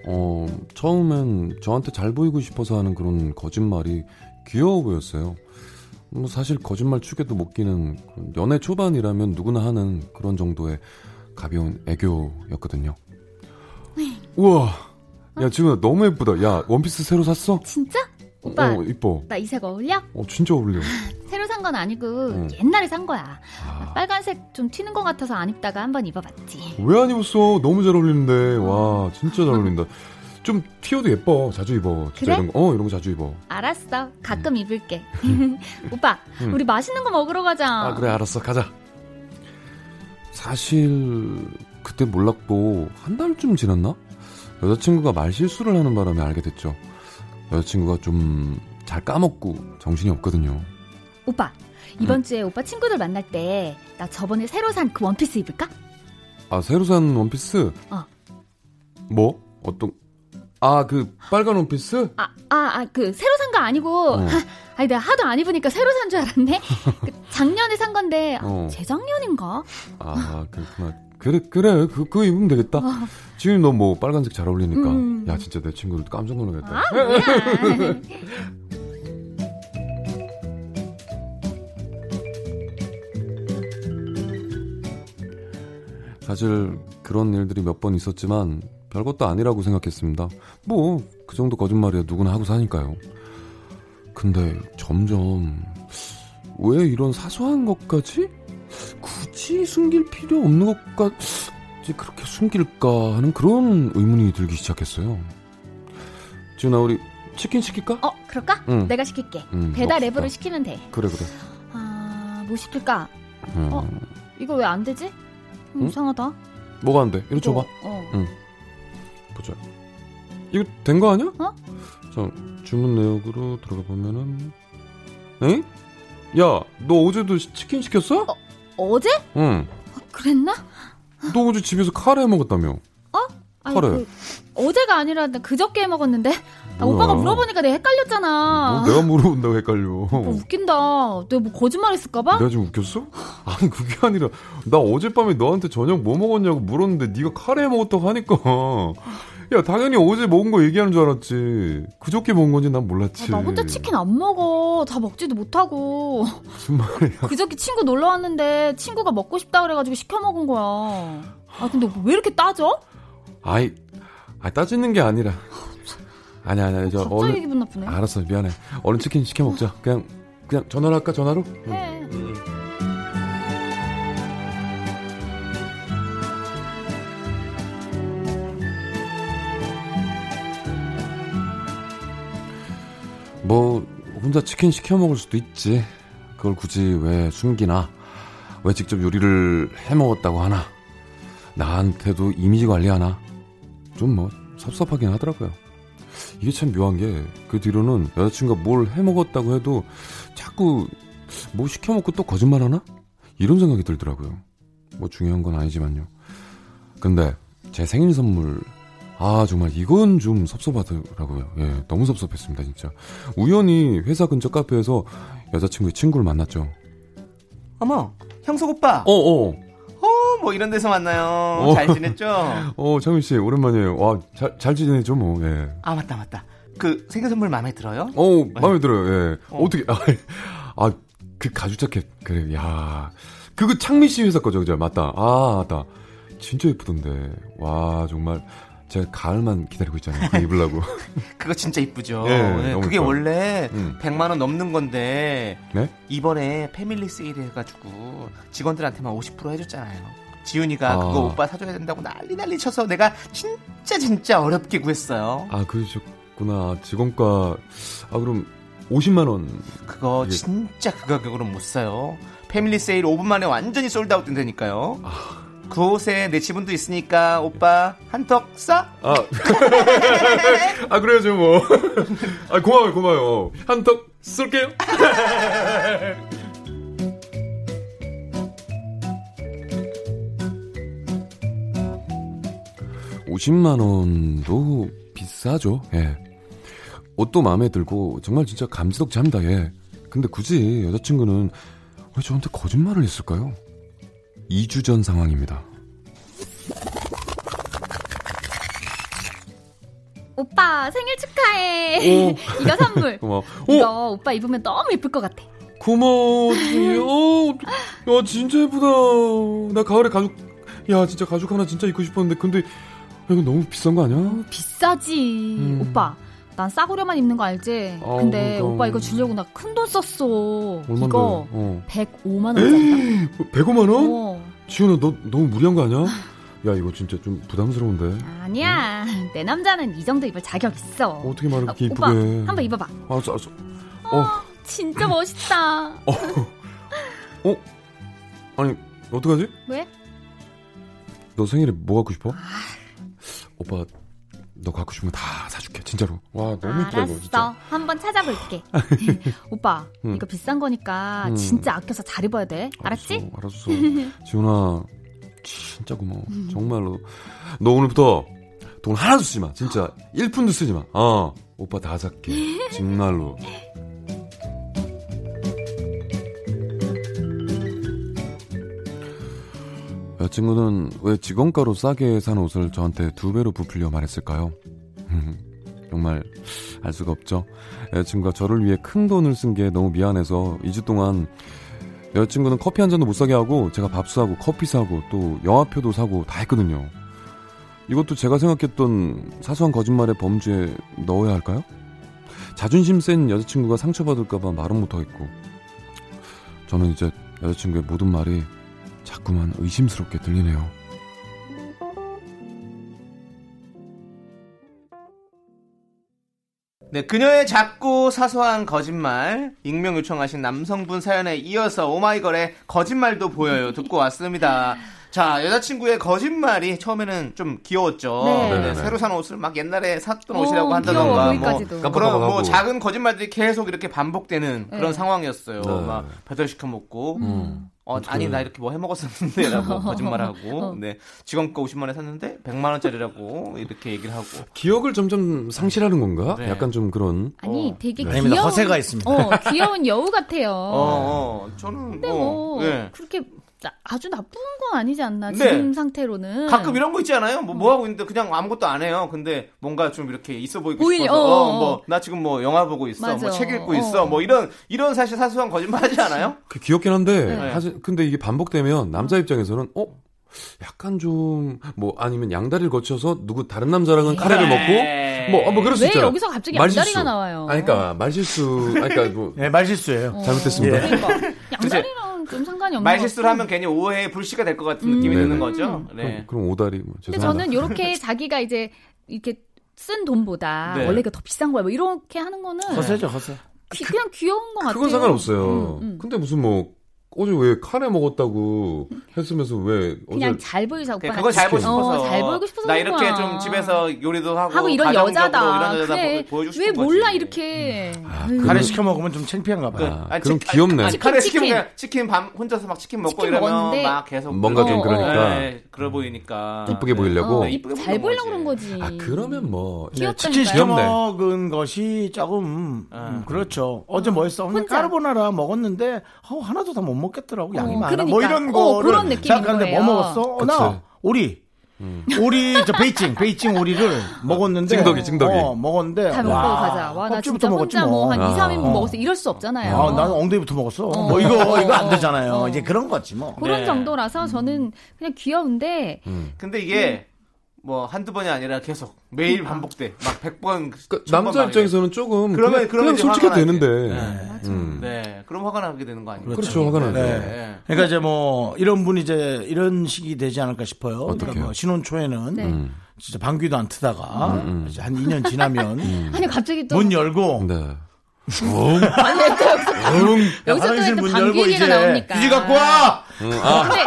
Speaker 6: 어, 처음엔 저한테 잘 보이고 싶어서 하는 그런 거짓말이 귀여워 보였어요. 뭐 사실 거짓말 축에도 못 끼는 그런 연애 초반이라면 누구나 하는 그런 정도의 가벼운 애교였거든요. 우와, 야 지금 너무 예쁘다. 야 원피스 새로 샀어?
Speaker 7: 진짜? 오빠,
Speaker 6: 어, 이뻐.
Speaker 7: 나 이색 어울려?
Speaker 6: 어, 진짜 어울려.
Speaker 7: 새로 산 건 아니고
Speaker 1: 음.
Speaker 6: 응.
Speaker 7: 옛날에 산 거야.
Speaker 6: 아.
Speaker 7: 빨간색 좀 튀는 것 같아서 안 입다가 한번 입어봤지.
Speaker 6: 왜 안 입었어? 너무 잘 어울리는데. 와, 진짜 잘 어울린다. 좀 튀어도 예뻐. 자주 입어. 진짜
Speaker 7: 그래?
Speaker 6: 이런 거. 어, 이런 거 자주 입어.
Speaker 7: 알았어,
Speaker 6: 음.
Speaker 7: 가끔 입을게. <laughs> 오빠, 우리 맛있는 거 먹으러 가자.
Speaker 6: 아 그래 알았어 가자 사실 그때 몰랐고 한 달쯤 지났나 여자친구가 말실수를 하는 바람에 알게 됐죠 여자친구가 좀 잘 까먹고 정신이 없거든요
Speaker 7: 오빠,
Speaker 6: 음.
Speaker 7: 이번 주에 오빠 친구들 만날 때 나 저번에 새로 산 그 원피스 입을까?
Speaker 6: 아 새로 산 원피스
Speaker 7: 어.
Speaker 6: 뭐 어떤 아 그 빨간 원피스
Speaker 7: 아, 아, 아, 그 새로 산 거 아니고.
Speaker 6: 어.
Speaker 7: <laughs> 아니 내가 하도 안 입으니까 새로 산
Speaker 6: <laughs>
Speaker 7: 줄 알았네. 그 작년에 산 건데 아,
Speaker 6: 어.
Speaker 7: 재작년인가?
Speaker 6: 아 그렇구나 그래 그래 그, 그거 입으면 되겠다 지금 너 뭐 빨간색 잘 어울리니까
Speaker 7: 어. 음.
Speaker 6: 야 진짜 내 친구들 깜짝 놀라겠다
Speaker 7: 아 뭐야?
Speaker 6: <laughs> 사실 그런 일들이 몇 번 있었지만 별것도 아니라고 생각했습니다. 뭐 그 정도 거짓말이야 누구나 하고 사니까요. 근데 점점 왜 이런 사소한 것까지 굳이 숨길 필요 없는 것까지 그렇게 숨길까 하는 그런 의문이 들기 시작했어요. 지훈아 우리 치킨 시킬까?
Speaker 7: 어 그럴까?
Speaker 6: 응.
Speaker 7: 내가 시킬게.
Speaker 6: 음,
Speaker 7: 배달
Speaker 6: 먹읍시다.
Speaker 7: 앱으로 시키면 돼.
Speaker 6: 그래 그래.
Speaker 7: 아, 뭐 시킬까?
Speaker 6: 음,
Speaker 7: 어, 이거 왜 안 되지? 음,
Speaker 6: 응?
Speaker 7: 이상하다.
Speaker 6: 뭐가 안 돼? 이리 줘봐.
Speaker 7: 어, 어.
Speaker 6: 보자. 이거 된 거 아니야?
Speaker 7: 네. 어?
Speaker 6: 자, 주문 내역으로 들어가 보면은 에? 야, 너 어제도 시- 치킨 시켰어?
Speaker 7: 어제?
Speaker 6: 응.
Speaker 7: 아, 그랬나?
Speaker 6: 너 어제 집에서 카레 먹었다며.
Speaker 7: 아니,
Speaker 6: 그래.
Speaker 7: 그, 어제가 아니라 나 그저께 먹었는데. 아,
Speaker 6: 뭐야.
Speaker 7: 오빠가 물어보니까 내가 헷갈렸잖아.
Speaker 6: 뭐 내가 물어본다고 헷갈려.
Speaker 7: 오빠 웃긴다. 내가 뭐 거짓말했을까봐?
Speaker 6: 내가 지금 웃겼어? 아니 그게 아니라 나 어젯밤에 너한테 저녁 뭐 먹었냐고 물었는데 네가 카레 먹었다고 하니까 야 당연히 어제 먹은 거 얘기하는 줄 알았지 그저께 먹은 건지 난 몰랐지
Speaker 7: 아, 나 혼자 치킨 안 먹어. 다 먹지도 못하고. <laughs>
Speaker 6: 무슨 말이야
Speaker 7: 그저께 친구 놀러 왔는데 친구가 먹고 싶다 그래가지고 시켜 먹은 거야. 아 근데 왜 이렇게 따져?
Speaker 6: 아이 아 따지는 게 아니라 아니 아니 아니 저
Speaker 7: 갑자기
Speaker 6: 어느
Speaker 7: 기분 나쁘네.
Speaker 6: 알았어 미안해 얼른 치킨 시켜 먹자 그냥 그냥 전화로 할까 전화로
Speaker 7: 해.
Speaker 6: 음. 뭐 혼자 치킨 시켜 먹을 수도 있지 그걸 굳이 왜 숨기나 왜 직접 요리를 해 먹었다고 하나 나한테도 이미지 관리하나 좀 뭐 섭섭하긴 하더라고요 이게 참 묘한 게 그 뒤로는 여자친구가 뭘 해 먹었다고 해도 자꾸 뭐 시켜 먹고 또 거짓말 하나 이런 생각이 들더라고요 뭐 중요한 건 아니지만요 근데 제 생일 선물 아 정말 이건 좀 섭섭하더라고요. 예, 너무 섭섭했습니다 진짜. 우연히 회사 근처 카페에서 여자친구의 친구를 만났죠.
Speaker 2: 어머, 형석 오빠.
Speaker 6: 어, 어,
Speaker 2: 어, 뭐 이런 데서 만나요.
Speaker 6: 어.
Speaker 2: 잘
Speaker 6: <laughs>
Speaker 2: 지냈죠?
Speaker 6: 어, 장윤 씨 오랜만이에요. 와, 잘, 잘 지내죠 뭐. 예.
Speaker 2: 아, 맞다, 맞다. 그 생일 선물 마음에 들어요?
Speaker 6: 어, 마음에 들어요. 예.
Speaker 2: 어.
Speaker 6: 어. 떻게 아, 그 가죽 자켓 그래 야 그거 창민 씨 회사 거죠 그죠 맞다 아 맞다 진짜 예쁘던데 와 정말 제가 가을만 기다리고 있잖아요 그거 <laughs> 입으려고
Speaker 2: 그거 진짜 이쁘죠.
Speaker 6: 예,
Speaker 2: 네,
Speaker 6: 너무
Speaker 2: 그게
Speaker 6: 이뻐요.
Speaker 2: 원래
Speaker 6: 음.
Speaker 2: 100만 원 넘는 건데
Speaker 6: 네?
Speaker 2: 이번에 패밀리 세일 해가지고 직원들한테만 50% 해줬잖아요. 지훈이가
Speaker 6: 아.
Speaker 2: 그거 오빠 사줘야 된다고 난리 난리 쳐서 내가 진짜 진짜 어렵게 구했어요.
Speaker 6: 아 그러셨구나 직원과 아 그럼 50만 원
Speaker 2: 그거
Speaker 6: 이게-
Speaker 2: 진짜 그 가격으로는 못 사요. 패밀리 세일 5분 만에 완전히 솔드아웃 된다니까요. 그 옷에 내 지분도 있으니까 오빠 한턱 쏴.
Speaker 6: 아, 아 그래야죠 뭐. <laughs> 아 고마워요 고마워요. 한턱 <laughs> 쏠게요. (50만 원도) 비싸죠 예 옷도 마음에 들고 정말 진짜 감지덕지합니다 예 근데 굳이 여자친구는 왜 저한테 거짓말을 했을까요 (2주) 전 상황입니다
Speaker 7: 오빠 생일 축하해.
Speaker 6: 오.
Speaker 7: <laughs> 이거
Speaker 6: <laughs>
Speaker 7: 선물.
Speaker 6: 고마워 어,
Speaker 7: 이거 오빠 입으면 너무 예쁠 것 같아.
Speaker 6: 고마워. 어떡해.
Speaker 7: <laughs>
Speaker 6: 어, 어떡- 야 진짜 예쁘다. 나 가을에 가죽. 야 진짜 가죽 하나 진짜 입고 싶었는데 근데 야, 이거 너무 비싼 거 아니야?
Speaker 7: 비싸지.
Speaker 6: 음.
Speaker 7: 오빠. 난 싸구려만 입는 거 알지?
Speaker 6: 아우, 그러니까.
Speaker 7: 근데
Speaker 6: 그럼.
Speaker 7: 오빠 이거 주려고 나 큰 돈 썼어.
Speaker 6: 얼마인데?
Speaker 7: 이거
Speaker 6: 어.
Speaker 7: 105만
Speaker 6: <gasps>
Speaker 7: 원짜리.
Speaker 6: 105만 원?
Speaker 7: 어.
Speaker 6: 지훈아 너 너무 무리한 거
Speaker 7: <laughs>
Speaker 6: 아니야? 야 이거 진짜 좀 부담스러운데.
Speaker 7: 아니야. 내 남자는 이 정도 입을 자격 있어.
Speaker 6: 어떻게 말을 그렇게
Speaker 7: 아,
Speaker 6: 음. 이쁘게?
Speaker 7: 오빠 한번 입어봐.
Speaker 6: 알았어 알았어. 어,
Speaker 7: 진짜 멋있다.
Speaker 6: 어? <laughs> 아니 어떡하지?
Speaker 7: 왜?
Speaker 6: 너 생일에 뭐 갖고
Speaker 7: 아.
Speaker 6: 싶어? 오빠 너 갖고 싶은 거 다 사줄게 진짜로. 와 너무 이쁘다 이거
Speaker 7: 알았어.
Speaker 6: 진짜.
Speaker 7: 한번
Speaker 6: <laughs>
Speaker 7: 찾아볼게. 오빠,
Speaker 6: 음.
Speaker 7: 이거 비싼 거니까
Speaker 6: 음.
Speaker 7: 진짜 아껴서 잘 입어야 돼. 알았지? <laughs>
Speaker 6: 알았어. 알았어. 지훈아, 진짜 고마워. 정말로. 너 오늘부터 돈 하나도 쓰지 마. 진짜. 1푼도 쓰지 마. 어. 오빠 다
Speaker 7: <laughs>
Speaker 6: 살게. 정말로. 여자친구는 왜 직원가로 싸게 산 옷을 저한테 두 배로 부풀려 말했을까요? <laughs> 정말 알 수가 없죠. 여자친구가 저를 위해 큰 돈을 쓴 게 너무 미안해서 2주 동안 여자친구는 커피 한 잔도 못 사게 하고 제가 밥 사고 커피 사고 또 영화표도 사고 다 했거든요. 이것도 제가 생각했던 사소한 거짓말의 범주에 넣어야 할까요? 자존심 센 여자친구가 상처받을까봐 말은 못하겠고 저는 이제 여자친구의 모든 말이 자꾸만 의심스럽게 들리네요.
Speaker 2: 네, 그녀의 작고 사소한 거짓말, 익명 요청하신 남성분 사연에 이어서 오마이걸의 거짓말도 보여요. 듣고 왔습니다. 자, 여자친구의 거짓말이 처음에는 좀 귀여웠죠.
Speaker 7: 네.
Speaker 6: 네네네.
Speaker 2: 새로 산 옷을 막 옛날에 샀던
Speaker 7: 어,
Speaker 2: 옷이라고
Speaker 7: 귀여워,
Speaker 2: 한다던가, 뭐,
Speaker 7: 거기까지도.
Speaker 2: 그런 뭐
Speaker 6: 깜빡하고.
Speaker 2: 작은 거짓말들이 계속 이렇게 반복되는
Speaker 7: 네.
Speaker 2: 그런 상황이었어요.
Speaker 6: 네.
Speaker 2: 막 배달시켜 먹고,
Speaker 6: 음.
Speaker 2: 어, 아니 나 이렇게 뭐 해먹었었는데
Speaker 7: <laughs>
Speaker 2: 라고 거짓말하고
Speaker 7: 어.
Speaker 2: 네 직원 거 50만원 샀는데 100만원짜리라고 이렇게 얘기를 하고
Speaker 6: 기억을 점점 상실하는 건가?
Speaker 2: 네.
Speaker 6: 약간 좀 그런
Speaker 7: 아니, 되게
Speaker 1: 네.
Speaker 7: 귀여운
Speaker 1: 아닙니다. 허세가 있습니다.
Speaker 7: 어, 귀여운 여우 같아요.
Speaker 2: 어, 어 저는
Speaker 7: 근데
Speaker 2: 어,
Speaker 7: 뭐
Speaker 2: 네.
Speaker 7: 그렇게 나- 아주 나쁜 건 아니지 않나
Speaker 2: 네.
Speaker 7: 지금 상태로는
Speaker 2: 가끔 이런 거 있지 않아요? 뭐, 뭐 하고 있는데 그냥 아무것도 안 해요. 근데 뭔가 좀 이렇게 있어 보이고
Speaker 7: 보이-
Speaker 2: 싶어서
Speaker 7: 어,
Speaker 2: 어, 뭐, 나 지금 뭐 영화 보고 있어.
Speaker 7: 맞아.
Speaker 2: 뭐 책 읽고
Speaker 7: 어.
Speaker 2: 있어. 뭐 이런 이런 사실 사소한 거짓말 하지 않아요?
Speaker 6: 그 귀엽긴 한데
Speaker 2: 네.
Speaker 6: 사실 근데 이게 반복되면 남자
Speaker 7: 음.
Speaker 6: 입장에서는 어 약간 좀 뭐 아니면 양다리를 거쳐서 누구 다른 남자랑은 카레를
Speaker 2: 네.
Speaker 6: 먹고 뭐, 어, 뭐 그럴 수
Speaker 7: 네. 왜
Speaker 6: 있잖아.
Speaker 7: 여기서 갑자기
Speaker 6: 말실수.
Speaker 7: 양다리가 나와요?
Speaker 6: 아니 그러니까 말실수 아니 그러니까 뭐
Speaker 1: 네, 말실수예요.
Speaker 7: <laughs> 어,
Speaker 6: 잘못했습니다.
Speaker 7: 그러니까 <laughs> 양다리랑 좀 상관이 음. 없는
Speaker 2: 말 실수를
Speaker 7: 것 같고.
Speaker 2: 하면 괜히 오해의 불씨가 될 것 같은 느낌이
Speaker 6: 네네.
Speaker 2: 드는 거죠. 네.
Speaker 7: 음.
Speaker 6: 그럼, 그럼 오다리 뭐
Speaker 2: 아,
Speaker 7: 근데
Speaker 6: 죄송합니다.
Speaker 7: 저는 이렇게 자기가 이제 이렇게 쓴 돈보다
Speaker 2: 네. 아,
Speaker 7: 원래 이거 더 비싼 거야 뭐 이렇게 하는 거는
Speaker 1: 허세죠, 허세.
Speaker 7: 귀- 그냥 귀여운 것 같아요.
Speaker 6: 그건 상관없어요.
Speaker 7: 음, 음.
Speaker 6: 근데 무슨 뭐 어제 왜 카레 먹었다고 했으면서 왜 어제
Speaker 7: 그냥 잘 보이자 오빠.
Speaker 2: 네, 그냥 그거 잘 보고
Speaker 7: 어,
Speaker 2: 싶어서
Speaker 7: 잘 보이고 싶어서
Speaker 2: 나
Speaker 7: 그런
Speaker 2: 이렇게
Speaker 7: 거야.
Speaker 2: 좀 집에서 요리도 하고,
Speaker 7: 하고 이런
Speaker 2: 가정적으로
Speaker 7: 여자다.
Speaker 2: 이런 여자다
Speaker 7: 그래
Speaker 2: 보- 보여주고 싶은
Speaker 7: 왜 몰라
Speaker 2: 거지. 음.
Speaker 7: 이렇게.
Speaker 6: 아,
Speaker 7: 아유,
Speaker 6: 그래.
Speaker 1: 카레 시켜 먹으면 좀 창피한가 봐요.
Speaker 6: 아,
Speaker 2: 아니,
Speaker 6: 그럼
Speaker 2: 치- 아니,
Speaker 6: 귀엽네.
Speaker 2: 아니, 카레
Speaker 7: 치킨,
Speaker 2: 시키면 그냥 치킨 밤 혼자서 막 치킨 먹고
Speaker 7: 치킨
Speaker 2: 이러면
Speaker 7: 먹었는데
Speaker 2: 막 계속
Speaker 6: 뭔가 좀
Speaker 7: 어, 어.
Speaker 6: 그러니까
Speaker 2: 네, 그래 보이니까
Speaker 6: 이쁘게
Speaker 7: 어,
Speaker 6: 보이려고.
Speaker 2: 네, 이쁘게
Speaker 7: 잘
Speaker 2: 보이는
Speaker 7: 보이려고
Speaker 2: 거지.
Speaker 7: 그런 거지.
Speaker 6: 아 그러면 뭐
Speaker 7: 귀엽다니까요.
Speaker 1: 치킨 시켜
Speaker 6: 귀엽네.
Speaker 1: 먹은 것이 조금 음,
Speaker 2: 아.
Speaker 1: 그렇죠. 어제 뭐 했어? 오늘
Speaker 7: 혼자.
Speaker 1: 까르보나라 먹었는데 어, 하나도 다 못 먹겠더라고. 양이
Speaker 7: 어,
Speaker 1: 많아. 뭐
Speaker 7: 그러니까.
Speaker 1: 이런
Speaker 7: 어,
Speaker 1: 거를
Speaker 7: 그런 느낌인
Speaker 1: 생각하는데 뭐
Speaker 7: 거예요.
Speaker 1: 먹었어? 어, 나
Speaker 6: 그치. 음.
Speaker 1: 오리. 오리 저 베이징 베이징
Speaker 6: <laughs>
Speaker 1: 오리를 먹었는데
Speaker 6: 찡덕이, 찡덕이.
Speaker 1: 어, 먹었는데
Speaker 7: 다 먹고 가자. 와, 나
Speaker 1: 껍질부터
Speaker 7: 진짜 혼자
Speaker 1: 먹었지
Speaker 7: 뭐
Speaker 1: 뭐.
Speaker 7: 한
Speaker 6: 아.
Speaker 7: 2, 3인분 먹었어. 이럴 수 없잖아요.
Speaker 1: 아, 나는 엉덩이부터 먹었어. 뭐 이거 이거
Speaker 7: <laughs>
Speaker 1: 안 되잖아요. 이제 그런 거지 뭐.
Speaker 7: 그런
Speaker 2: 네. 음.
Speaker 7: 정도라서 저는 그냥 귀여운데
Speaker 2: 근데
Speaker 7: 음.
Speaker 2: 이게 뭐 한두 번이 아니라 계속 매일 반복돼. 막 100번
Speaker 6: 그러니까 남자 입장에서는 조금
Speaker 2: 그러면-
Speaker 6: 그냥,
Speaker 2: 그러면
Speaker 6: 그냥
Speaker 2: 이제
Speaker 6: 솔직해도
Speaker 2: 화가 나지.
Speaker 6: 되는데.
Speaker 2: 네.
Speaker 6: 음.
Speaker 2: 네. 그럼 화가 나게 되는 거 아니에요?
Speaker 6: 그렇죠. 화가 나죠.
Speaker 1: 네.
Speaker 2: 네.
Speaker 1: 그러니까 이제 뭐 이런 분이 이제 이런 식이 되지 않을까 싶어요. 그러니까
Speaker 6: 어떡해요? 음.
Speaker 1: 뭐 신혼 초에는
Speaker 7: 네.
Speaker 1: 진짜 방귀도 안 트다가 이제 한 2년
Speaker 6: <laughs>
Speaker 1: 지나면
Speaker 6: 음.
Speaker 7: 아니 갑자기 또
Speaker 1: 문 열고
Speaker 6: 네.
Speaker 7: 아니
Speaker 1: 응,
Speaker 7: 여기서 또
Speaker 1: 화장실
Speaker 7: 이렇게
Speaker 1: 문
Speaker 7: 방귀
Speaker 1: 열고
Speaker 7: 얘기가
Speaker 1: 이제
Speaker 7: 나오니까.
Speaker 1: 휴지 갖고
Speaker 6: 어.
Speaker 1: 와.
Speaker 7: 근데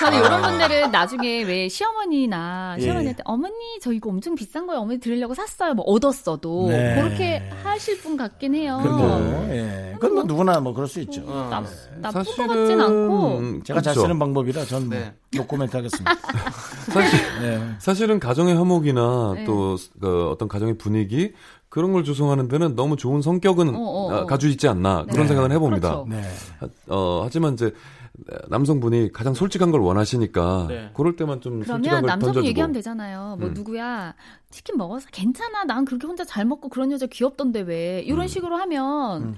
Speaker 7: 저는 이런 분들은 나중에 왜 시어머니나
Speaker 1: 예.
Speaker 7: 시어머니한테 어머니 저 이거 엄청 비싼 거예요 어머니 드리려고 샀어요 뭐 얻었어도
Speaker 1: 네.
Speaker 7: 그렇게 하실 분 같긴 해요.
Speaker 1: 그리고
Speaker 6: 네.
Speaker 1: 예, 그건 뭐 누구나 뭐 그럴 수 있죠.
Speaker 2: 아.
Speaker 7: 나, 나쁜
Speaker 6: 사실은
Speaker 7: 아, 것 같진 않고
Speaker 6: 음,
Speaker 1: 제가 잘
Speaker 6: 그렇죠.
Speaker 1: 쓰는 방법이라 전
Speaker 2: 네.
Speaker 1: 노코멘트 하겠습니다.
Speaker 7: <laughs>
Speaker 6: 사실
Speaker 1: 네.
Speaker 6: <laughs> 사실은 가정의 화목이나
Speaker 7: 네.
Speaker 6: 또 그 어떤 가정의 분위기 그런 걸 조성하는 데는 너무 좋은 성격은
Speaker 7: 어, 어, 어.
Speaker 6: 아, 가지고 있지 않나
Speaker 7: 네.
Speaker 6: 그런 생각을 해봅니다.
Speaker 7: 그렇죠.
Speaker 1: 네.
Speaker 6: 하- 어, 하지만 이제 남성분이 가장 솔직한 걸 원하시니까
Speaker 2: 네.
Speaker 6: 그럴 때만 좀 솔직한
Speaker 7: 그러면
Speaker 6: 걸
Speaker 7: 남성이
Speaker 6: 던져주고.
Speaker 7: 얘기하면 되잖아요. 뭐
Speaker 6: 음.
Speaker 7: 누구야 치킨 먹었어? 괜찮아. 난 그렇게 혼자 잘 먹고 그런 여자 귀엽던데 왜 이런 식으로 하면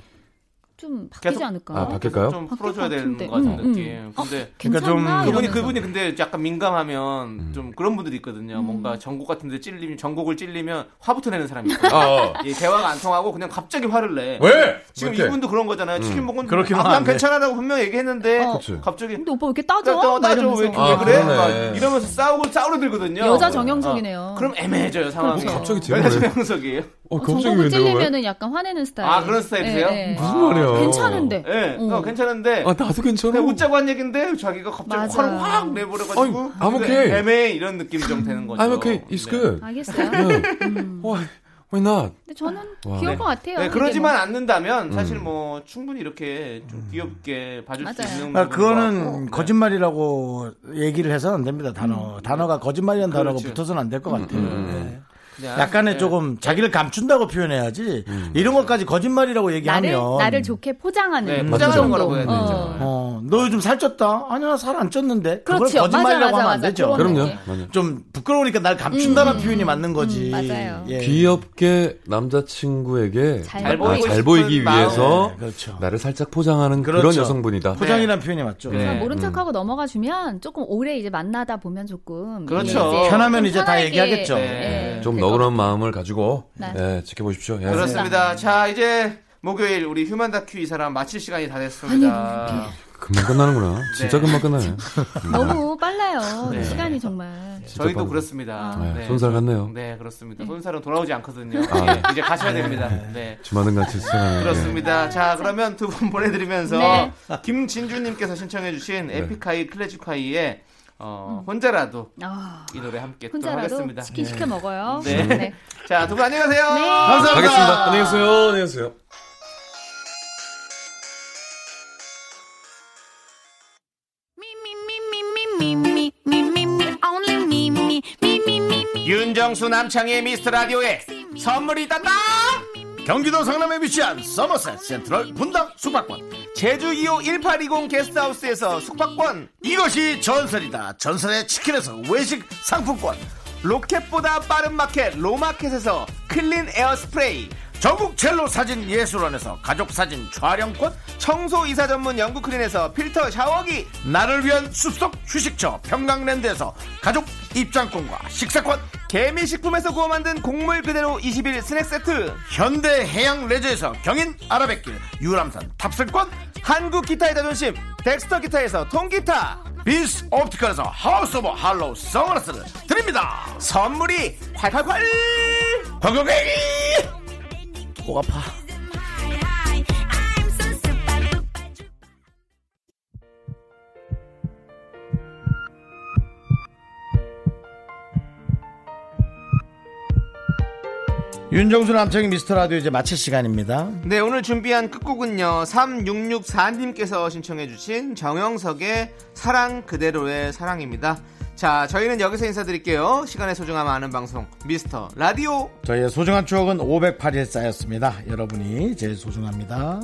Speaker 7: 좀 바뀌지
Speaker 2: 계속-
Speaker 7: 않을까?
Speaker 6: 아, 바뀔까요?
Speaker 2: 좀
Speaker 7: 바뀔
Speaker 2: 풀어줘야
Speaker 7: 것
Speaker 2: 되는
Speaker 7: 같은데.
Speaker 2: 거 같은
Speaker 7: 음, 음. 어?
Speaker 2: 느낌. 근데
Speaker 7: 괜찮나?
Speaker 1: 그러니까 좀
Speaker 2: 그분이
Speaker 7: 이러면서.
Speaker 2: 그분이 근데 약간 민감하면
Speaker 6: 음.
Speaker 2: 좀 그런 분들이 있거든요.
Speaker 7: 음.
Speaker 2: 뭔가 전곡 같은데 찔리면 전곡을 찔리면 화부터 내는 사람이 있어요.
Speaker 6: 어.
Speaker 2: 이 대화가 안 통하고 그냥 갑자기 화를 내.
Speaker 6: 왜?
Speaker 2: 지금
Speaker 6: 이렇게. 음.
Speaker 2: 이분도 그런 거잖아요. 치킨 먹은
Speaker 1: 그렇게는
Speaker 2: 아, 난
Speaker 1: 안 돼.
Speaker 2: 괜찮아라고 분명 얘기했는데
Speaker 7: 어.
Speaker 6: 그치.
Speaker 2: 갑자기
Speaker 7: 근데 오빠 왜 이렇게 따져?
Speaker 2: 따져
Speaker 7: 막
Speaker 2: 따져 왜 이렇게
Speaker 7: 아, 이러면서.
Speaker 6: 아,
Speaker 2: 그래?
Speaker 6: 그러네.
Speaker 2: 막 이러면서 싸우고 싸우려 들거든요.
Speaker 7: 여자 정형석이네요.
Speaker 2: 어, 그럼 애매해져요 상황이.
Speaker 7: 그렇죠. 갑자기
Speaker 6: 제가
Speaker 2: <laughs> 여자
Speaker 6: 어, 왜-
Speaker 2: 정형석이에요.
Speaker 6: 어,
Speaker 7: 어,
Speaker 6: 갑자기
Speaker 7: 전곡을
Speaker 6: 왜 내가 왜?
Speaker 7: 찔리면은 약간 화내는 스타일.
Speaker 2: 아 그런 스타일이세요?
Speaker 7: 예, 예.
Speaker 6: 무슨 말이야?
Speaker 7: 괜찮은데.
Speaker 2: 예,
Speaker 7: 어.
Speaker 2: 어, 괜찮은데
Speaker 6: 어. 아 나도 괜찮아.
Speaker 2: 그냥 웃자고 한 얘긴데 자기가 갑자기
Speaker 7: 맞아.
Speaker 2: 화를 확 내버려가지고
Speaker 6: 아니, I'm
Speaker 2: 근데
Speaker 6: okay.
Speaker 2: 애매해 이런 느낌이 좀 되는 거죠.
Speaker 6: I'm okay. It's
Speaker 2: 네.
Speaker 6: good.
Speaker 7: 알겠어요. 음.
Speaker 6: 네. Why? Why not?
Speaker 7: 근데 저는
Speaker 6: 와.
Speaker 7: 귀여울 것 같아요.
Speaker 2: 네,
Speaker 7: 이게
Speaker 2: 그러지만
Speaker 7: 뭐.
Speaker 2: 않는다면 사실
Speaker 6: 음.
Speaker 2: 뭐 충분히 이렇게 좀 귀엽게 봐줄 수
Speaker 7: 맞아요.
Speaker 2: 있는
Speaker 1: 아,
Speaker 2: 부분인 것
Speaker 1: 그거는
Speaker 2: 같고.
Speaker 1: 거짓말이라고 얘기를 해서는 안 됩니다. 단어 단어가 거짓말이라는 단어가
Speaker 2: 음. 그렇죠.
Speaker 1: 붙어서는 안 될
Speaker 6: 음,
Speaker 1: 것 같아요. 네.
Speaker 2: 그냥,
Speaker 1: 약간의
Speaker 2: 예.
Speaker 1: 조금 자기를 감춘다고 표현해야지 이런 것까지 거짓말이라고
Speaker 7: 뭐 나를
Speaker 1: 얘기하면
Speaker 7: 나를 좋게 포장하는
Speaker 2: 네,
Speaker 7: 그
Speaker 2: 포장하는
Speaker 7: 정도.
Speaker 2: 거라고 해야 되죠.
Speaker 1: 어, 너 요즘 살쪘다? 아니야, 살 안 쪘는데. 그걸
Speaker 7: 그렇죠.
Speaker 1: 거짓말이라고
Speaker 7: 맞아,
Speaker 1: 하면 안
Speaker 7: 맞아,
Speaker 1: 되죠.
Speaker 7: 맞아. 그런
Speaker 6: 그럼요.
Speaker 7: 네.
Speaker 6: 맞아요.
Speaker 1: 좀 부끄러우니까 날 감춘다는 표현이 맞는 거지.
Speaker 7: 음, 맞아요.
Speaker 1: 예.
Speaker 6: 귀엽게 남자친구에게
Speaker 7: 잘
Speaker 6: 아,
Speaker 7: 보이고
Speaker 6: 잘
Speaker 2: 싶은
Speaker 6: 보이기
Speaker 2: 마음.
Speaker 6: 위해서
Speaker 1: 네, 그렇죠.
Speaker 6: 나를 살짝 포장하는 그런
Speaker 1: 그렇죠.
Speaker 6: 여성분이다.
Speaker 1: 포장이라는 표현이 맞죠.
Speaker 2: 네.
Speaker 7: 그냥 모른 척하고 넘어가 주면 조금 오래 이제 만나다 보면 조금
Speaker 2: 그렇죠.
Speaker 7: 이게
Speaker 1: 편하면
Speaker 7: 좀
Speaker 1: 이제 다
Speaker 7: 편하게,
Speaker 1: 얘기하겠죠.
Speaker 2: 네.
Speaker 7: 예,
Speaker 6: 좀
Speaker 7: 될것
Speaker 6: 너그러운 마음을 가지고
Speaker 7: 네.
Speaker 6: 예, 지켜보십시오. 예.
Speaker 2: 그렇습니다. 자 이제 목요일 우리 휴먼 다큐 이 사람 마칠 시간이 다 됐습니다.
Speaker 6: 금방 끝나는구나. 진짜
Speaker 2: 네.
Speaker 6: 금방 끝나네.
Speaker 7: 같아요. 너무 빨라요. 시간이 정말.
Speaker 6: 진짜
Speaker 2: 저희도
Speaker 6: 빠르네.
Speaker 2: 그렇습니다.
Speaker 6: 네, 손살 같네요.
Speaker 2: 네 그렇습니다. 손살은 돌아오지 않거든요.
Speaker 6: 아.
Speaker 2: 예, 이제 가셔야 됩니다. 네.
Speaker 6: 주마등 같이
Speaker 2: <laughs>
Speaker 6: 세상에.
Speaker 2: 그렇습니다. 자, 그러면 두 분 <laughs> 보내드리면서
Speaker 7: 네.
Speaker 2: 김진주님께서 신청해주신
Speaker 6: 네.
Speaker 2: 에픽하이 클래식하이의 어, 혼자라도
Speaker 7: 아,
Speaker 2: 이 노래 함께 또
Speaker 7: 음. 혼자라도
Speaker 2: 하겠습니다.
Speaker 7: 치킨 시켜 먹어요.
Speaker 2: 네. 자, 두 분 안녕히 가세요.
Speaker 7: 네.
Speaker 6: 가겠습니다. 안녕히 계세요. 안녕히 계세요.
Speaker 2: 윤정수 남창희의 미스터 라디오에 선물이 있다.
Speaker 1: 경기도 상남에 위치한 서머셋 센트럴 분당 숙박권.
Speaker 2: 제주 2호 1820 게스트하우스에서 숙박권,
Speaker 1: 이것이 전설이다. 전설의 치킨에서 외식 상품권.
Speaker 2: 로켓보다 빠른 마켓 로마켓에서 클린 에어 스프레이,
Speaker 1: 전국 첼로 사진 예술원에서 가족 사진 촬영권.
Speaker 2: 청소 이사 전문 영국 클린에서 필터 샤워기,
Speaker 1: 나를 위한 숲속 휴식처 평강랜드에서 가족 입장권과 식사권.
Speaker 2: 개미식품에서 구워 만든 곡물 그대로 21 스낵 세트,
Speaker 1: 현대 해양 레저에서 경인 아라뱃길 유람선 탑승권.
Speaker 2: 한국 기타의 자존심 덱스터 기타에서 통기타
Speaker 1: 빈스 옵티컬에서 하우스 오브 할로우 선글라스를 드립니다.
Speaker 2: 선물이 콸콸콸
Speaker 1: 광고객이 목 아파. 윤정수 남창의 미스터 라디오 이제 마칠 시간입니다.
Speaker 2: 네 오늘 준비한 끝곡은요 3664님께서 신청해 주신 정영석의 사랑 그대로의 사랑입니다 자 저희는 여기서 인사드릴게요 시간의 소중함 아는 방송 미스터 라디오
Speaker 1: 저희의 소중한 추억은 508일 쌓였습니다. 여러분이 제일 소중합니다.